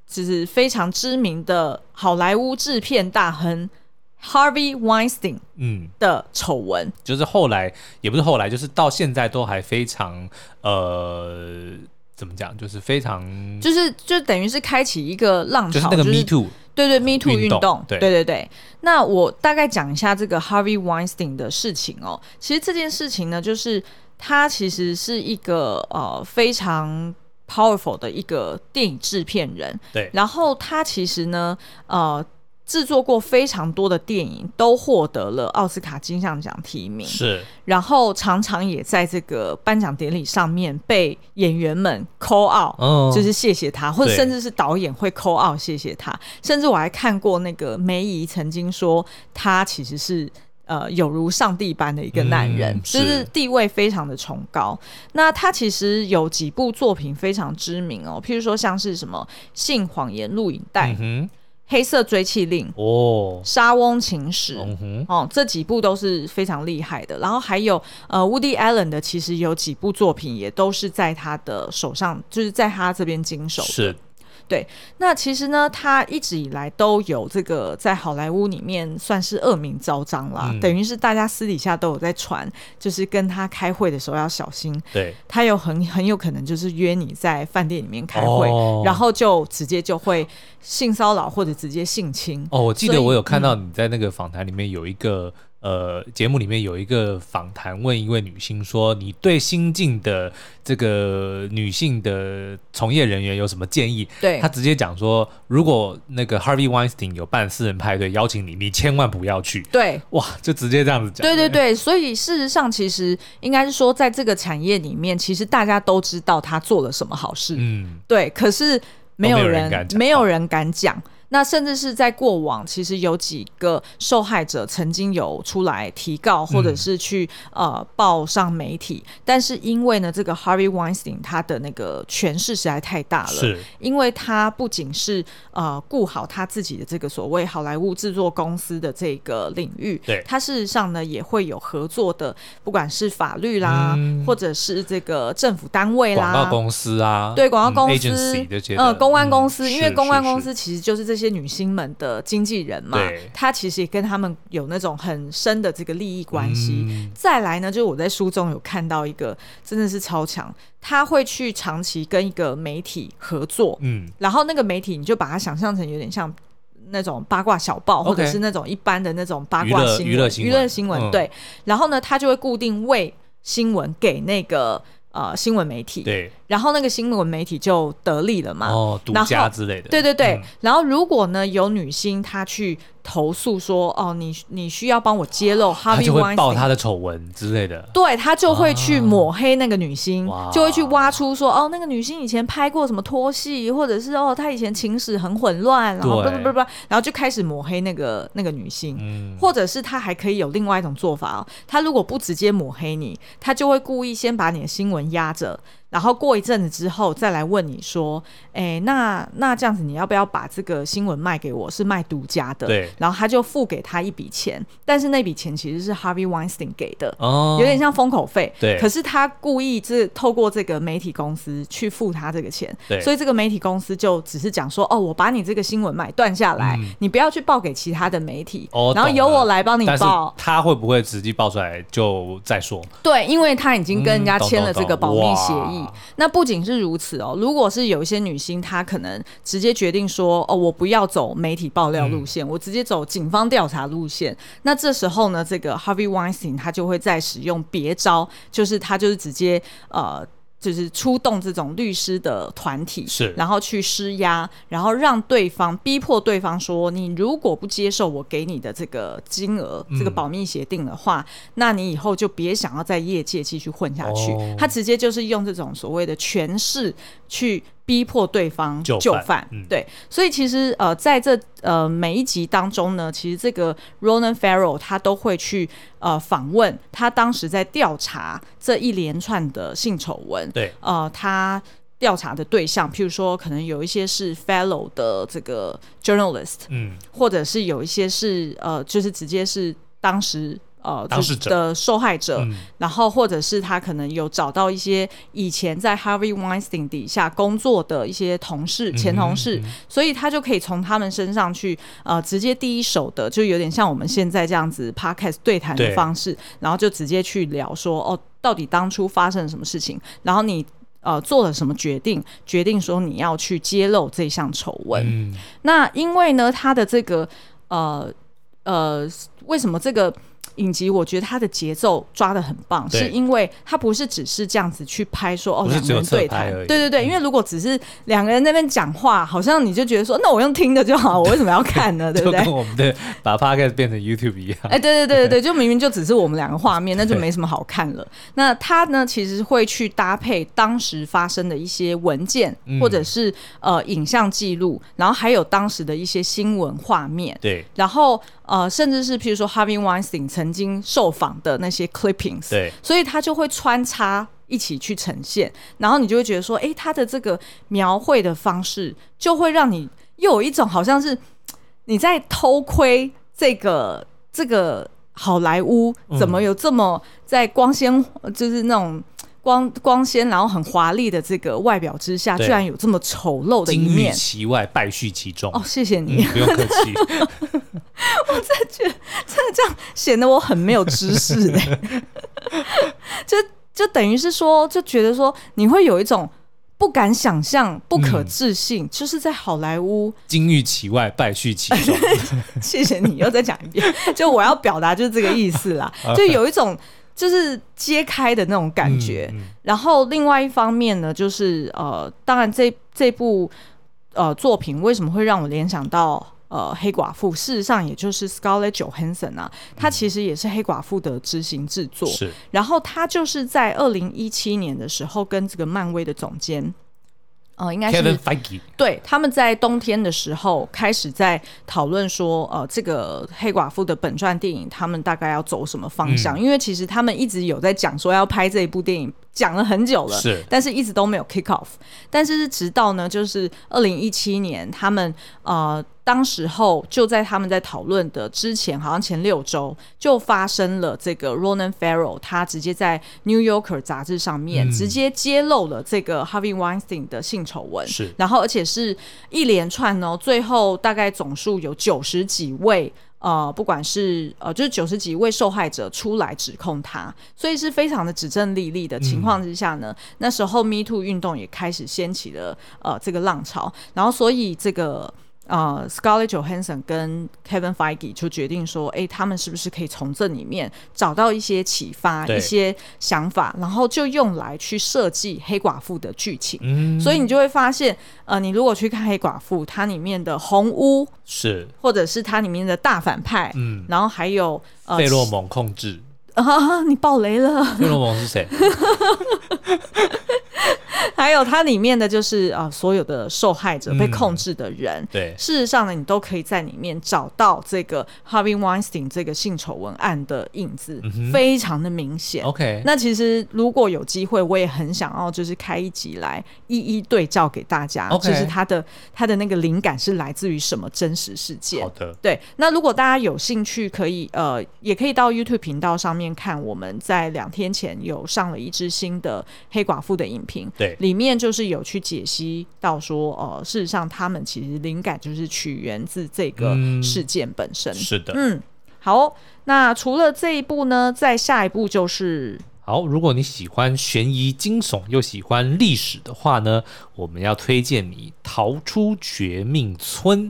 S2: 就是非常知名的好莱坞制片大亨 Harvey Weinstein
S1: 嗯，
S2: 的丑闻。
S1: 就是后来也不是后来，就是到现在都还非常呃，怎么讲，就是非常
S2: 就是就等于是开启一个浪
S1: 就是
S2: 潮，
S1: 那个 Me Too，
S2: 对对 Me Too
S1: 运
S2: 运
S1: 动
S2: 动，
S1: 对
S2: 对对对那我大概讲一下这个 Harvey Weinstein 的事情哦。其实这件事情呢，就是他其实是一个呃非常 powerful 的一个电影制片人，
S1: 对
S2: 然后他其实呢，呃。制作过非常多的电影，都获得了奥斯卡金像奖提名。
S1: 是
S2: 然后常常也在这个颁奖典礼上面被演员们 call out，、
S1: 哦
S2: 就是谢谢他，或者
S1: 对
S2: 甚至是导演会 call out 谢谢他，甚至我还看过那个梅姨曾经说他其实是。呃，有如上帝般的一个男人，
S1: 嗯
S2: 就是
S1: 是
S2: 地位非常的崇高。那他其实有几部作品非常知名哦，譬如说像是什么《性谎言录影带》
S1: 嗯哼，
S2: 黑色追妻令》《
S1: 哦，
S2: 莎翁情史》
S1: 嗯哼，
S2: 哦，这几部都是非常厉害的。然后还有呃，Woody Allen 的其实有几部作品也都是在他的手上，就是在他这边经手。
S1: 是
S2: 那其实呢，他一直以来都有这个在好莱坞里面算是恶名昭彰啦，
S1: 嗯
S2: 等于是大家私底下都有在传，就是跟他开会的时候要小心，
S1: 对，
S2: 他有很很有可能就是约你在饭店里面开会，
S1: 哦
S2: 然后就直接就会性骚扰或者直接性侵。
S1: 哦，我记
S2: 所
S1: 得
S2: 以嗯
S1: 我有看到你在那个访谈里面有一个、呃节目里面有一个访谈，问一位女性说：“你对新进的这个女性的从业人员有什么建议？”
S2: 对
S1: 她直接讲说：“如果那个 Harvey Weinstein 有办私人派对邀请你，你千万不要去。
S2: 对，”
S1: 哇，就直接这样子讲。
S2: 对对对，所以事实上，其实应该是说，在这个产业里面，其实大家都知道他做了什么好事，
S1: 嗯，
S2: 对，可是
S1: 都没
S2: 没
S1: 有人
S2: 人
S1: 敢讲哦
S2: 没有人敢讲。那甚至是在过往，其实有几个受害者曾经有出来提告，
S1: 嗯
S2: 或者是去、呃报上媒体，但是因为呢，这个 Harvey Weinstein 他的那个权势实在太大了，
S1: 是
S2: 因为他不仅是呃顾好他自己的这个所谓好莱坞制作公司的这个领域，
S1: 对
S2: 他事实上呢也会有合作的，不管是法律啦，
S1: 嗯
S2: 或者是这个政府单位
S1: 广告
S2: 啦。
S1: 公司啊，
S2: 对广告公
S1: 嗯
S2: 司
S1: ，agency 这些，
S2: 呃，公关公司，因为公关公，
S1: 嗯是
S2: 司其实就是这些女星们的经纪人嘛
S1: 对，
S2: 他其实也跟他们有那种很深的这个利益关系，
S1: 嗯
S2: 再来呢，就是我在书中有看到一个真的是超强，他会去长期跟一个媒体合作，
S1: 嗯，
S2: 然后那个媒体你就把它想象成有点像那种八卦小报
S1: OK
S2: 或者是那种一般的那种八
S1: 娱
S2: 卦
S1: 乐
S2: 新闻、
S1: 娱乐新闻嗯
S2: 对。然后呢，他就会固定喂新闻给那个呃新闻媒体，
S1: 对，
S2: 然后那个新闻媒体就得利了嘛。
S1: 哦，独
S2: 然后
S1: 家之类的，
S2: 对对对，
S1: 嗯
S2: 然后如果呢有女星她去投诉说，哦，你你需要帮我揭露
S1: 他
S2: Harvey
S1: 就会
S2: Weinstein
S1: 爆他的丑闻之类的。
S2: 对他就会去抹黑那个女星，
S1: 哇
S2: 就会去挖出说哦，那个女星以前拍过什么拖戏，或者是哦，她以前情史很混乱，然后不
S1: 对
S2: 不不不，然后就开始抹黑那个那个女星。
S1: 嗯，
S2: 或者是他还可以有另外一种做法哦，他如果不直接抹黑你，他就会故意先把你的新闻压着，然后过一阵子之后再来问你说，哎，那那这样子你要不要把这个新闻卖给我？是卖独家的，
S1: 对
S2: 然后他就付给他一笔钱，但是那笔钱其实是 Harvey Weinstein 给的，
S1: 哦，
S2: 有点像封口费。
S1: 对
S2: 可是他故意是透过这个媒体公司去付他这个钱，
S1: 对
S2: 所以这个媒体公司就只是讲说，哦，我把你这个新闻买断下来，你不要去报给其他的媒体，
S1: 嗯哦
S2: 然后
S1: 懂
S2: 由
S1: 了
S2: 我来帮你
S1: 但是
S2: 报。
S1: 他会不会直接爆出来就再说？
S2: 对，因为他已经跟人家
S1: 嗯懂
S2: 签了
S1: 懂
S2: 这个
S1: 懂
S2: 保密
S1: 哇
S2: 协议。那不仅是如此哦，如果是有一些女星，她可能直接决定说，哦，我不要走媒体爆料路
S1: 嗯
S2: 线，我直接走警方调查路线。那这时候呢，这个 Harvey Weinstein 他就会在使用别招，就是他就是直接呃。就是出动这种律师的团体，
S1: 是
S2: 然后去施压，然后让对方逼迫对方说，你如果不接受我给你的这个金额、
S1: 嗯
S2: 这个保密协定的话，那你以后就别想要在业界继续混下去。
S1: 哦
S2: 他直接就是用这种所谓的权势去逼迫对方
S1: 就
S2: 就
S1: 范嗯
S2: 对，所以其实呃，在这呃每一集当中呢，其实这个 Ronan Farrow 他都会去呃访问他当时在调查这一连串的性丑闻，
S1: 对，
S2: 呃，他调查的对象，譬如说可能有一些是 Fellow 的这个 journalist，
S1: 嗯，
S2: 或者是有一些是呃，就是直接是当时呃
S1: 当事者
S2: 的受害者，
S1: 嗯
S2: 然后或者是他可能有找到一些以前在 Harvey Weinstein 底下工作的一些同事、
S1: 嗯
S2: 前同事，所以他就可以从他们身上去呃直接第一手的，就有点像我们现在这样子 podcast 对谈的
S1: 对
S2: 方式，然后就直接去聊说哦，到底当初发生了什么事情，然后你。呃，做了什么决定？决定说你要去揭露这项丑闻。
S1: 嗯
S2: 那因为呢，他的这个呃呃，为什么这个影集我觉得他的节奏抓的很棒，
S1: 对
S2: 是因为他不是只是这样子去拍说哦
S1: 不是
S2: 两
S1: 只
S2: 个
S1: 有
S2: 人对
S1: 侧拍
S2: 谈
S1: 而，已嗯
S2: 对对对，因为如果只是两个人在那边讲话，好像你就觉得说那我用听的就好，我为 什么要看呢？对不
S1: 就
S2: 对
S1: 跟？我们的把 podcast 变成 YouTube 一样，
S2: 哎、对对对对对，就明明就只是我们两个画面，那就没什么好看了。那他呢，其实会去搭配当时发生的一些文件，
S1: 嗯
S2: 或者是呃影像记录，然后还有当时的一些新闻画面。
S1: 对
S2: 然后呃，甚至是譬如说 Harvey Weinstein 曾经受访的那些 clippings，
S1: 对，
S2: 所以他就会穿插一起去呈现，然后你就会觉得说，诶，他的这个描绘的方式就会让你又有一种好像是嘖你在偷窥这个这个好莱坞
S1: 嗯
S2: 怎么有这么在光鲜，呃就是那种。嘖光光鲜，然后很华丽的这个外表之下，
S1: 对
S2: 居然有这么丑陋的一
S1: 金玉
S2: 面
S1: 其外，败絮其中。
S2: 哦！谢谢你，
S1: 嗯不用客气，
S2: 显得我很没有知识哎、 就就等于是说，就觉得说你会有一种不敢想象、不可置信，就是在好莱坞。
S1: 金玉其外，败絮其 中。
S2: 谢谢你又再讲 一遍，就我要表达就是这个意思啦，就有一种就是揭开的那种感觉。
S1: 嗯
S2: 然后另外一方面呢，就是呃，当然这这部呃作品为什么会让我联想到呃黑寡妇？事实上，也就是 Scarlett Johansson 啊，她其实也是黑寡妇的执行制作。
S1: 嗯是
S2: 然后她就是在二零一七年的时候，跟这个漫威的总监，呃，应该是
S1: Kevin Feige，
S2: 对，他们在冬天的时候开始在讨论说，呃，这个黑寡妇的本传电影，他们大概要走什么方
S1: 嗯
S2: 向？因为其实他们一直有在讲说要拍这一部电影，讲了很久了，
S1: 是
S2: 但是一直都没有 kick off。但是是直到呢，就是二零一七年，他们呃，当时候就在他们在讨论的之前，好像前六周就发生了这个 Ronan Farrow，他直接在《New Yorker》杂志上面、
S1: 嗯
S2: 直接揭露了这个 Harvey Weinstein 的性丑闻，
S1: 是
S2: 然后而且是一连串哦，最后大概总数有九十几位。呃，不管是呃，就是九十几位受害者出来指控他，所以是非常的指证立立的情况之下呢，那时候 Me Too 运动也开始掀起了呃这个浪潮，然后所以这个呃 Scarlett Johansson 跟 Kevin Feige 就决定说，哎、他们是不是可以从这里面找到一些启发、
S1: 对
S2: 一些想法，然后就用来去设计黑寡妇的剧情。
S1: 嗯
S2: 所以你就会发现，呃，你如果去看《黑寡妇》，它里面的红屋，
S1: 是
S2: 或者是它里面的大反派，
S1: 嗯，
S2: 然后还有呃
S1: 费洛蒙控 制，
S2: 啊，你爆雷了，
S1: 费洛蒙是谁？
S2: 还有它里面的就是啊、呃所有的受害者
S1: 嗯
S2: 被控制的人。
S1: 对，
S2: 事实上呢，你都可以在里面找到这个 Harvey Weinstein 这个性丑闻案的影子，
S1: 嗯
S2: 非常的明显。
S1: OK，
S2: 那其实如果有机会，我也很想要就是开一集来一一对照给大家
S1: OK
S2: 就是他的他的那个灵感是来自于什么真实事件
S1: 好。的，
S2: 对，那如果大家有兴趣，可以呃，也可以到 YouTube 频道上面看，我们在两天前有上了一支新的黑寡妇的影评，
S1: 对
S2: 里面就是有去解析到说，呃，事实上他们其实灵感就是取源自这个
S1: 嗯
S2: 事件本身。
S1: 是的。
S2: 嗯，好，那除了这一部呢，再下一部就是
S1: 好，如果你喜欢悬疑惊悚又喜欢历史的话呢，我们要推荐你《逃出绝命村》。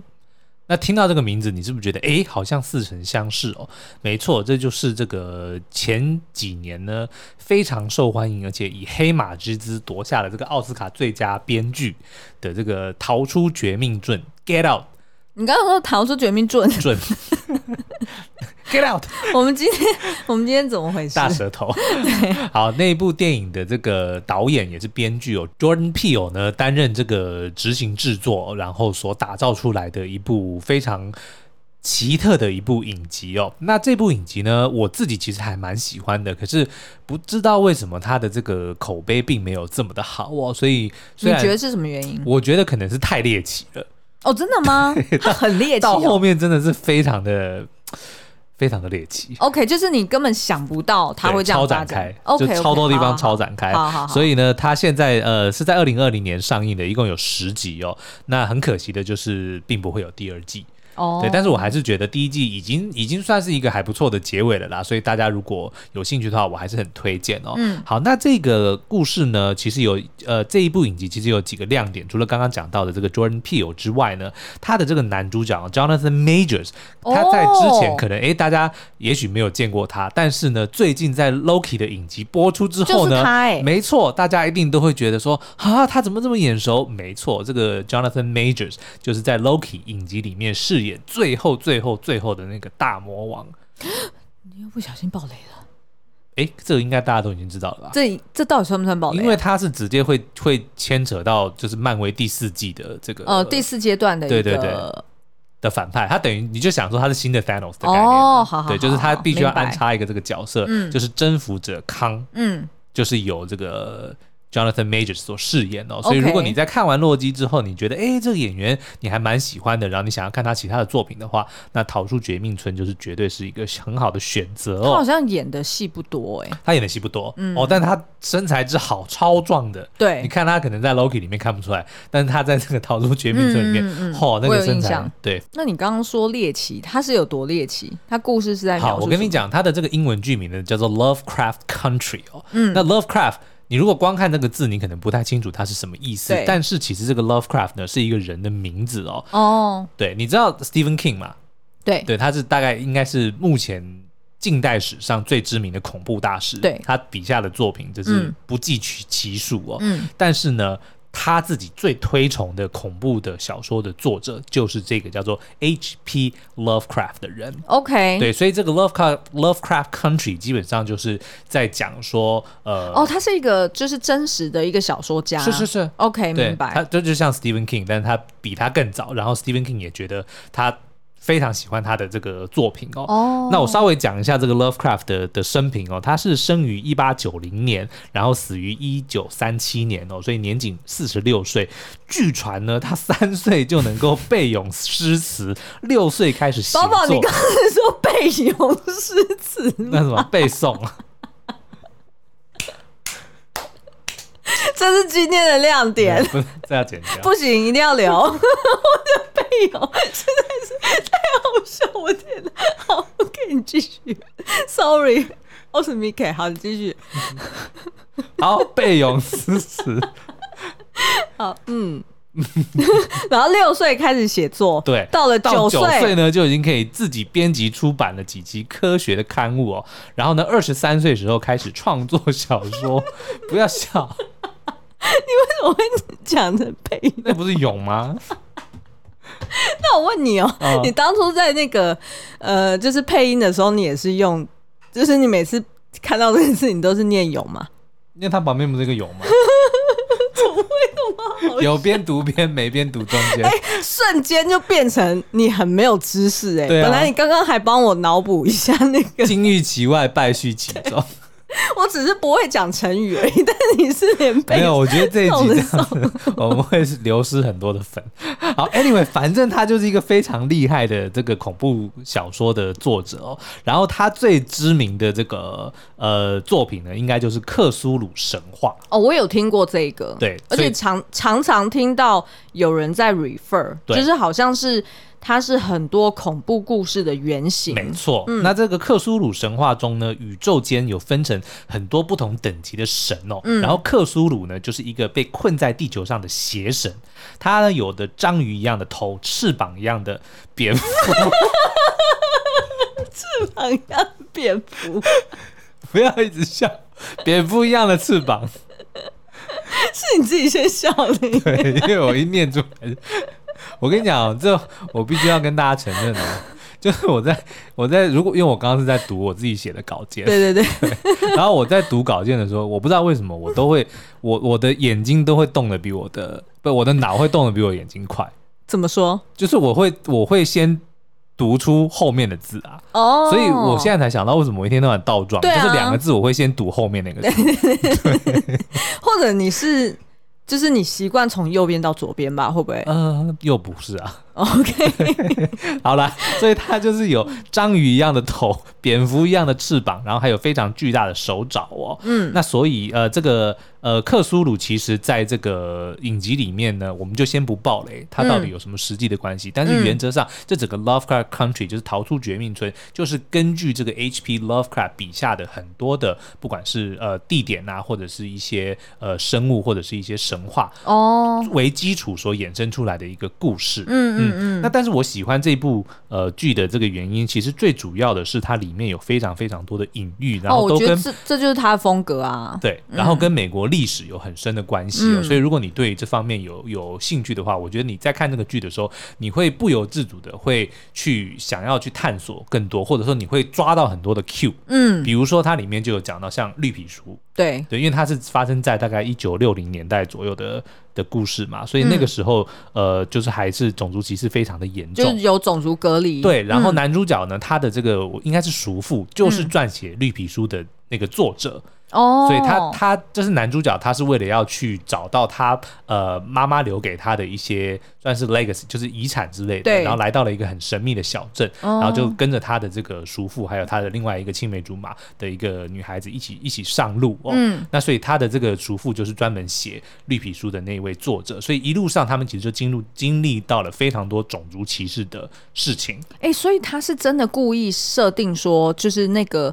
S1: 那听到这个名字，你是不是觉得诶，好像似曾相识哦？没错，这就是这个前几年呢非常受欢迎，而且以黑马之姿夺下了这个奥斯卡最佳编剧的这个《逃出绝命镇》（Get Out，
S2: 你刚刚说《逃出绝命镇》
S1: 准 Get Out）
S2: 我们今天我们今天怎么回事？
S1: 大舌 头。好，那一部电影的这个导演也是编剧哦，Jordan Peele 呢担任这个执行制作，然后所打造出来的一部非常。奇特的一部影集哦，那这部影集呢，我自己其实还蛮喜欢的，可是不知道为什么它的这个口碑并没有这么的好哦，所以虽
S2: 你
S1: 然
S2: 觉得是什么原因？
S1: 我觉得可能是太猎奇了，
S2: 哦，真的吗？他很猎奇、
S1: 到
S2: 哦。
S1: 后面真的是非常的非常的猎奇。
S2: OK，就是你根本想不到它
S1: 对
S2: 会这
S1: 超
S2: 样
S1: 展
S2: 发展
S1: 开
S2: o k
S1: 就超多地方超展开。
S2: 好好好
S1: 所以呢，它现在呃是在二零二零年上映的，一共有十集哦。那很可惜的就是，并不会有第二季。
S2: 哦，
S1: 对，但是我还是觉得第一季已经已经算是一个还不错的结尾了啦，所以大家如果有兴趣的话，我还是很推荐哦。嗯，好，那这个故事呢，其实有呃这一部影集其实有几个亮点，除了刚刚讲到的这个 Jordan Peele 之外呢，他的这个男主角啊 Jonathan Majors，
S2: 哦
S1: 他在之前可能诶、大家也许没有见过他，但是呢最近在 Loki 的影集播出之后
S2: 就
S1: 呢，
S2: 是他哎诶
S1: 没错，大家一定都会觉得说啊，他怎么这么眼熟？没错，这个 Jonathan Majors 就是在 Loki 影集里面饰演最后、最后、最后的那个大魔王。
S2: 你又不小心爆雷了，
S1: 诶，这个应该大家都已经知道了吧？
S2: 这这到底算不算爆雷啊？
S1: 因为他是直接会会牵扯到就是漫威第四季的这个
S2: 呃，第四阶段的一
S1: 对
S2: 个
S1: 对对的反派，他等于你就想说他是新的 Thanos 的概念，
S2: 哦，好好，
S1: 对，就是他
S2: 好
S1: 必须要
S2: 明白
S1: 安插一个这个角色，
S2: 嗯
S1: 就是征服者康。
S2: 嗯，
S1: 就是由这个 Jonathan Majors 所饰演哦。所以如果
S2: OK
S1: 你在看完《洛基》之后，你觉得诶这个演员你还蛮喜欢的，然后你想要看他其他的作品的话，那《逃出绝命村》就是绝对是一个很好的选择
S2: 他好
S1: 哦。
S2: 像演的戏不多哎，
S1: 他演的戏不多、哦，但他身材之好，超壮的。你
S2: 对，
S1: 看他可能在 Loki 里面看不出来，但是他在这个《逃出绝命村》里面，
S2: 嗯嗯嗯
S1: 哦，那
S2: 我
S1: 个
S2: 有
S1: 身
S2: 印
S1: 材
S2: 象，
S1: 对，
S2: 那你刚刚说猎奇，他是有多猎奇？他故事是在描
S1: 好，
S2: 述
S1: 我跟你
S2: 什么，
S1: 讲，它的这个英文剧名呢叫做 Lovecraft Country 哦。嗯，那 Lovecraft。你如果光看这个字，你可能不太清楚它是什么意思
S2: 对。
S1: 但是其实这个 Lovecraft 呢是一个人的名字哦。
S2: 哦，
S1: 对，你知道 Stephen King 嘛？
S2: 对，
S1: 对，他是大概应该是目前近代史上最知名的恐怖大师。
S2: 对
S1: 他笔下的作品就是
S2: 嗯
S1: 不计其其数哦。
S2: 嗯，
S1: 但是呢，他自己最推崇的恐怖的小说的作者就是这个叫做 H.P. Lovecraft 的人。
S2: OK，
S1: 对，所以这个 Lovecraft Lovecraft Country 基本上就是在讲说，呃，
S2: 哦，他是一个就是真实的一个小说家，
S1: 是是是，
S2: ，OK，
S1: 对他
S2: 明，白，
S1: 这就像 Stephen King，但是他比他更早，然后 Stephen King 也觉得他非常喜欢他的这个作品哦。
S2: 哦，
S1: 那我稍微讲一下这个 Lovecraft 的的生平哦，他是生于一八九零年，然后死于一九三七年哦，所以年仅四十六岁。据传呢，他三岁就能够背咏诗词，六岁开始写
S2: 宝
S1: 作。
S2: 宝，你刚才说背咏诗词 吗，
S1: 那什 么背诵？
S2: 这是今天的亮 点。
S1: 不是，这要剪掉。
S2: 不行，一定要留。我的背影实在是太好笑，我天哪！好，OK，你继续。Sorry，我是 Miki，好，你继续。
S1: 好， 背咏诗词，
S2: 好，嗯。 然后六岁开始写作，
S1: 对，
S2: 到了
S1: 到九岁
S2: 岁，
S1: 呢就已经可以自己编辑出版了几期科学的刊物哦。然后呢，二十三岁时候开始创作小说， 不要笑，
S2: 我会讲的背影。
S1: 那不是咏吗？
S2: 那我问你哦，
S1: 嗯
S2: 你当初在那个呃，就是配音的时候，你也是用，就是你每次看到这件事，你都是念咏吗？
S1: 因为它旁边不是一个咏吗？
S2: 好
S1: 有边读边没边读中间，
S2: 瞬间就变成你很没有知识哎、
S1: 对啊
S2: 本来你刚刚还帮我脑补一下那个，
S1: 金玉其外，败絮其中。
S2: 我只是不会讲成语而已， 但你是连背
S1: 没有，我觉得这一集
S2: 弄
S1: 这
S2: 得
S1: 样子， 我们会流失很多的粉。好，anyway，反正他就是一个非常厉害的这个恐怖小说的作者哦。然后他最知名的这个呃作品呢，应该就是《克苏鲁神话
S2: 哦，我有听过这个，
S1: 对
S2: 而
S1: 所以
S2: 且常常常听到有人在 refer，
S1: 对
S2: 就是好像是它是很多恐怖故事的原》。型，
S1: 没错，
S2: 嗯
S1: 那这个克苏鲁神话中呢，宇宙间有分成很多不同等级的神哦。
S2: 嗯
S1: 然后克苏鲁呢，就是一个被困在地球上的邪神，他呢有的章鱼一样的头，翅膀一样的蝙蝠。
S2: 好像蝙蝠
S1: 不要一直笑，蝙蝠一样的翅 膀。
S2: 是你自己先笑的，
S1: 对，因为我一念出来就，我跟你讲哦，这我必须要跟大家承认哦， 就是我在我在如果因为我刚刚是在读我自己写的稿件，
S2: 对对对，
S1: 然后我在读稿件的时候，我不知道为什么我都会我我的眼睛都会动得比我的不我的脑会动得比我眼睛快，
S2: 怎么说？
S1: 就是我会我会先读出后面的字啊。
S2: 哦，
S1: 所以我现在才想到，为什么我一天到晚倒装，
S2: 对啊
S1: 就是两个字我会先读后面那个字。
S2: 哦或者你是就是你习惯从右边到左边吧，会不会
S1: 呃，又不是啊。
S2: ？OK，
S1: 好啦，所以它就是有章鱼一样的头，蝙蝠一样的翅膀，然后还有非常巨大的手爪哦。
S2: 嗯，
S1: 那所以呃，这个呃，克苏鲁其实在这个影集里面呢，我们就先不爆雷，它
S2: 嗯
S1: 到底有什么实际的关系？但是原则上，这整个 Lovecraft Country 就是逃出绝命村，就是根据这个 H.P. Lovecraft 笔下的很多的，不管是呃地点啊，或者是一些呃生物，或者是一些神话
S2: 哦，
S1: 为基础所衍生出来的一个故事。
S2: 嗯嗯
S1: 那但是我喜欢这部呃剧的这个原因，其实最主要的是它里面有非常非常多的隐喻，
S2: 嗯，
S1: 然
S2: 哦，
S1: 后
S2: 我
S1: 都
S2: 觉
S1: 跟
S2: 得这这就是他的风格啊。
S1: 对，然后跟美国历史有很深的关系、哦，
S2: 嗯
S1: 所以如果你对这方面有有兴趣的话，我觉得你在看这个剧的时候，你会不由自主的会去想要去探索更多，或者说你会抓到很多的 Q，
S2: 嗯，
S1: 比如说它里面就有讲到像绿皮书，
S2: 对，
S1: 对，因为它是发生在大概一九六零年代左右的的故事嘛，所以那个时候、呃，就是还是种族歧视非常的严
S2: 嗯就
S1: 重
S2: 是。有种族隔离。
S1: 对，然后
S2: 嗯？
S1: 男主角呢，他的这个我应该是叔父，就是撰写绿皮书的那个作者，
S2: 哦，
S1: 所以他他就是男主角，他是为了要去找到他呃妈妈留给他的一些算是 legacy，就是遗产之类的，
S2: 对
S1: 然后来到了一个很神秘的小镇，
S2: 哦
S1: 然后就跟着他的这个叔父，还有他的另外一个青梅竹马的一个女孩子一起一起上路哦。
S2: 嗯
S1: 那所以他的这个叔父就是专门写绿皮书的那一位作者，所以一路上他们其实就经历经历到了非常多种族歧视的事情。
S2: 哎、所以他是真的故意设定说，就是那个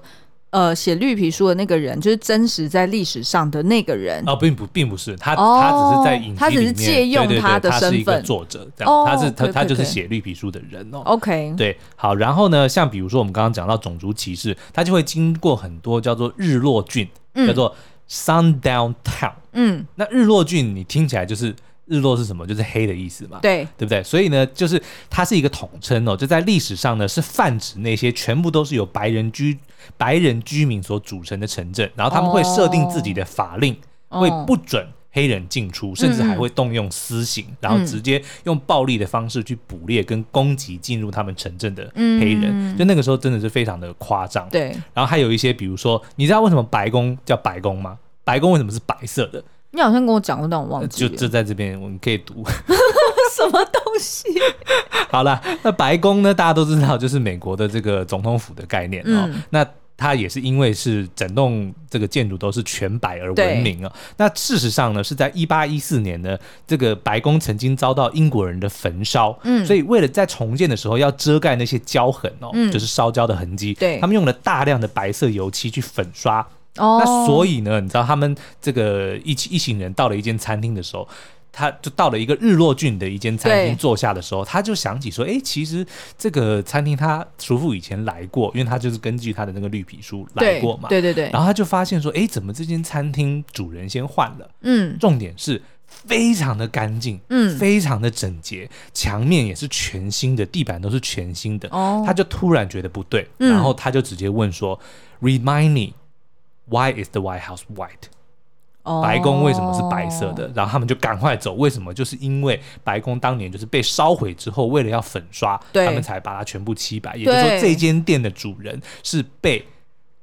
S2: 呃写绿皮书的那个人，就是真实在历史上的那个人。
S1: 哦，并不，并不是他，
S2: 哦
S1: 他只是在影集
S2: 他只
S1: 里
S2: 是
S1: 面，
S2: 借用
S1: 对对对
S2: 他的
S1: 是一
S2: 身
S1: 个
S2: 份
S1: 作者，这样，
S2: 哦
S1: 他是他
S2: 可以
S1: 他
S2: 可以
S1: 就是
S2: 可以
S1: 写绿皮书的人哦。
S2: OK，
S1: 对，好，然后呢，像比如说我们刚刚讲到种族歧视，它就会经过很多叫做日落郡，叫做 sundown town。
S2: 嗯，
S1: 那日落郡你听起来就是日落是什么？就是黑的意思嘛。
S2: 对，
S1: 对不对？所以呢，就是它是一个统称哦，就在历史上呢是泛指那些全部都是由白人居白人居民所组成的城镇，然后他们会设定自己的法令，
S2: 哦嗯
S1: 会不准。黑人进出，甚至还会动用私刑，然后直接用暴力的方式去捕猎跟攻击进入他们城镇的黑人。就那个时候真的是非常的夸张。
S2: 嗯对，
S1: 然后还有一些，比如说，你知道为什么白宫叫白宫吗？白宫为什么是白色的？
S2: 你好像跟我讲过，但我忘记
S1: 呃就
S2: 了。
S1: 就在这边，我们可以读。
S2: 什么东西？
S1: 好了，那白宫呢？大家都知道，就是美国的这个总统府的概念哦。
S2: 嗯
S1: 那它也是因为是整栋这个建筑都是全白而闻名哦。那事实上呢，是在一八一四年呢，这个白宫曾经遭到英国人的焚烧，
S2: 嗯
S1: 所以为了在重建的时候要遮盖那些焦痕哦，
S2: 嗯
S1: 就是烧焦的痕迹，
S2: 对
S1: 他们用了大量的白色油漆去粉刷。
S2: 哦，
S1: 那所
S2: 以
S1: 以呢，你知道他们这个一起一行人到了一间餐厅的时候，他就到了一个日落郡的一间餐
S2: 对
S1: 厅坐下的时候，他就想起说，诶，其实这个餐厅他叔父以前来过，因为他就是根据他的那个绿皮书来过嘛。
S2: 对对对，
S1: 然后他就发现说，诶，怎么这间餐厅主人先换了？
S2: 嗯
S1: 重点是非常的干净，
S2: 嗯
S1: 非常的整洁，墙面也是全新的，地板都是全新的。
S2: 哦
S1: 他就突然觉得不对，
S2: 嗯
S1: 然后他就直接问说、r e m i n d me why is the White House white？、
S2: 哦
S1: 白宫为什么是白色？的？然后他们就赶快走，为什么？就是因为白宫当年就是被烧毁之后，为了要粉刷，
S2: 对
S1: 他们才把它全部漆白。也就是说，
S2: 对
S1: 这间店的主人是被。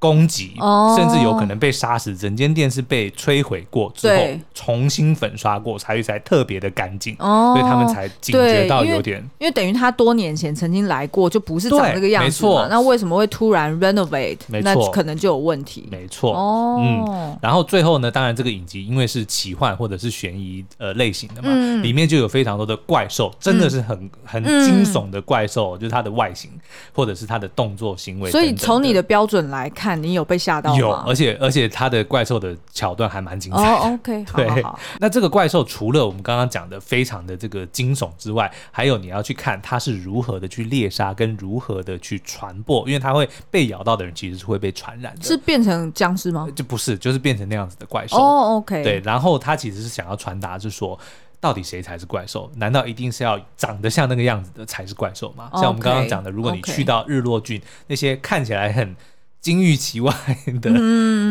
S1: 攻击
S2: 哦，
S1: 甚至有可能被杀死。整间店是被摧毁过之后
S2: 对，
S1: 重新粉刷过，才才特别的干净，
S2: 哦，
S1: 所以他们才警觉
S2: 对
S1: 到
S2: 因为
S1: 有点
S2: 因为等于他多年前曾经来过，就不是长
S1: 对
S2: 这个样
S1: 没
S2: 子嘛
S1: 错。
S2: 那为什么会突然 renovate？
S1: 没
S2: 那
S1: 错
S2: 可能就有问题。
S1: 没错。
S2: 哦
S1: 嗯，然后最后呢，当然这个影集因为是奇幻或者是悬疑呃类型的嘛，
S2: 嗯
S1: 里面就有非常多的怪兽，真的是很、很惊悚的怪兽，就是它的外形或者是它的动作行为
S2: 所以
S1: 等等
S2: 从你的标准来看，你有被吓到吗？
S1: 有，而且而且它的怪兽的桥段还蛮精彩的。
S2: 哦，OK，好 好
S1: 对
S2: 好，
S1: 那这个怪兽除了我们刚刚讲的非常的这个惊悚之外，还有你要去看它是如何的去猎杀跟如何的去传播，因为它会被咬到的人其实是会被传染的，
S2: 是变成僵尸吗？
S1: 就不是就是变成那样子的怪兽。
S2: 哦，OK，
S1: 对，，然后他其实是想要传达是说，到底谁才是怪兽？难道一定是要长得像那个样子的才是怪兽
S2: 哦
S1: 吗？像我们刚刚
S2: OK，
S1: 讲的，如果你
S2: OK
S1: 去到日落郡那些看起来很金玉其外的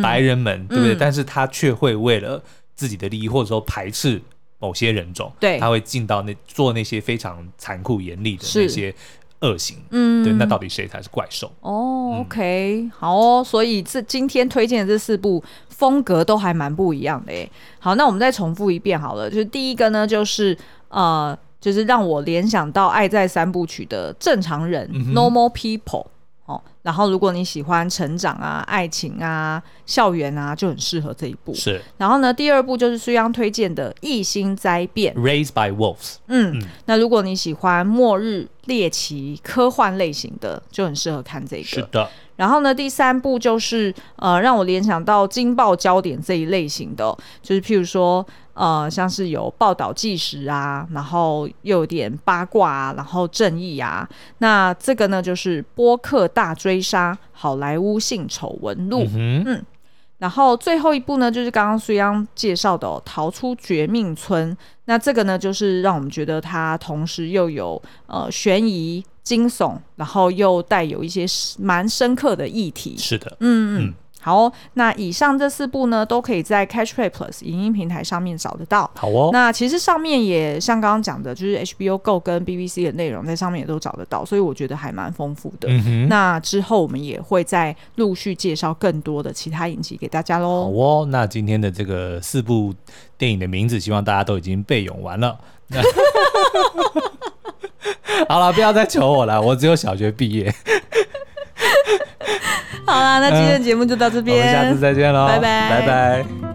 S1: 白人们，对不对？
S2: 嗯
S1: 但是他却会为了自己的利益，或者说排斥。某些人种，
S2: 对
S1: 他会进到那做那些非常残酷严厉的那
S2: 是
S1: 些恶行。
S2: 嗯，
S1: 对，那到底谁才是怪兽？嗯
S2: 哦，OK，好哦，所以这今天推荐的这四部风格都还蛮不一样的诶。好，那我们再重复一遍好了，就是第一个呢，就是呃，就是让我联想到《爱在三部曲》的正常人、
S1: 嗯哼
S2: （Normal People） 哦。然后，如果你喜欢成长啊、爱情啊、校园啊，就很适合这一部。
S1: 是
S2: 然后呢，第二部就是苏央推荐的《异星灾变》。
S1: Raised by Wolves。
S2: 嗯
S1: 嗯，
S2: 那如果你喜欢末日猎奇科幻类型的，就很适合看这个。
S1: 是的，
S2: 然后呢，第三部就是呃，让我联想到惊爆焦点这一类型的哦、就是譬如说呃，像是有报道纪实啊，然后又有点八卦啊，然后正义啊。那这个呢，就是播客大追杀好莱坞性丑闻录。
S1: 嗯哼，
S2: 然后最后一部呢，就是刚刚苏央介绍的、哦《逃出绝命村》。那这个呢，就是让我们觉得它同时又有呃悬疑、惊悚，然后又带有一些蛮深刻的议题。
S1: 是的，
S2: 嗯嗯
S1: 嗯，
S2: 好哦、那以上这四部呢，都可以在 Catchplay Plus 影音平台上面找得到。
S1: 好哦，
S2: 那其实上面也像刚刚讲的，就是 HBO Go 跟 BBC 的内容在上面也都找得到，所以我觉得还蛮丰富的。
S1: 嗯哼，
S2: 那之后我们也会再陆续介绍更多的其他影集给大家
S1: 好
S2: 喽。
S1: 哦。那今天的这个四部电影的名字，希望大家都已经背咏完了。 好了，不要再求我了，我只有小学毕业。
S2: 好啦，那今天的节目就到这
S1: 我们下
S2: 边
S1: 次，再见喽，
S2: 拜拜
S1: 拜拜。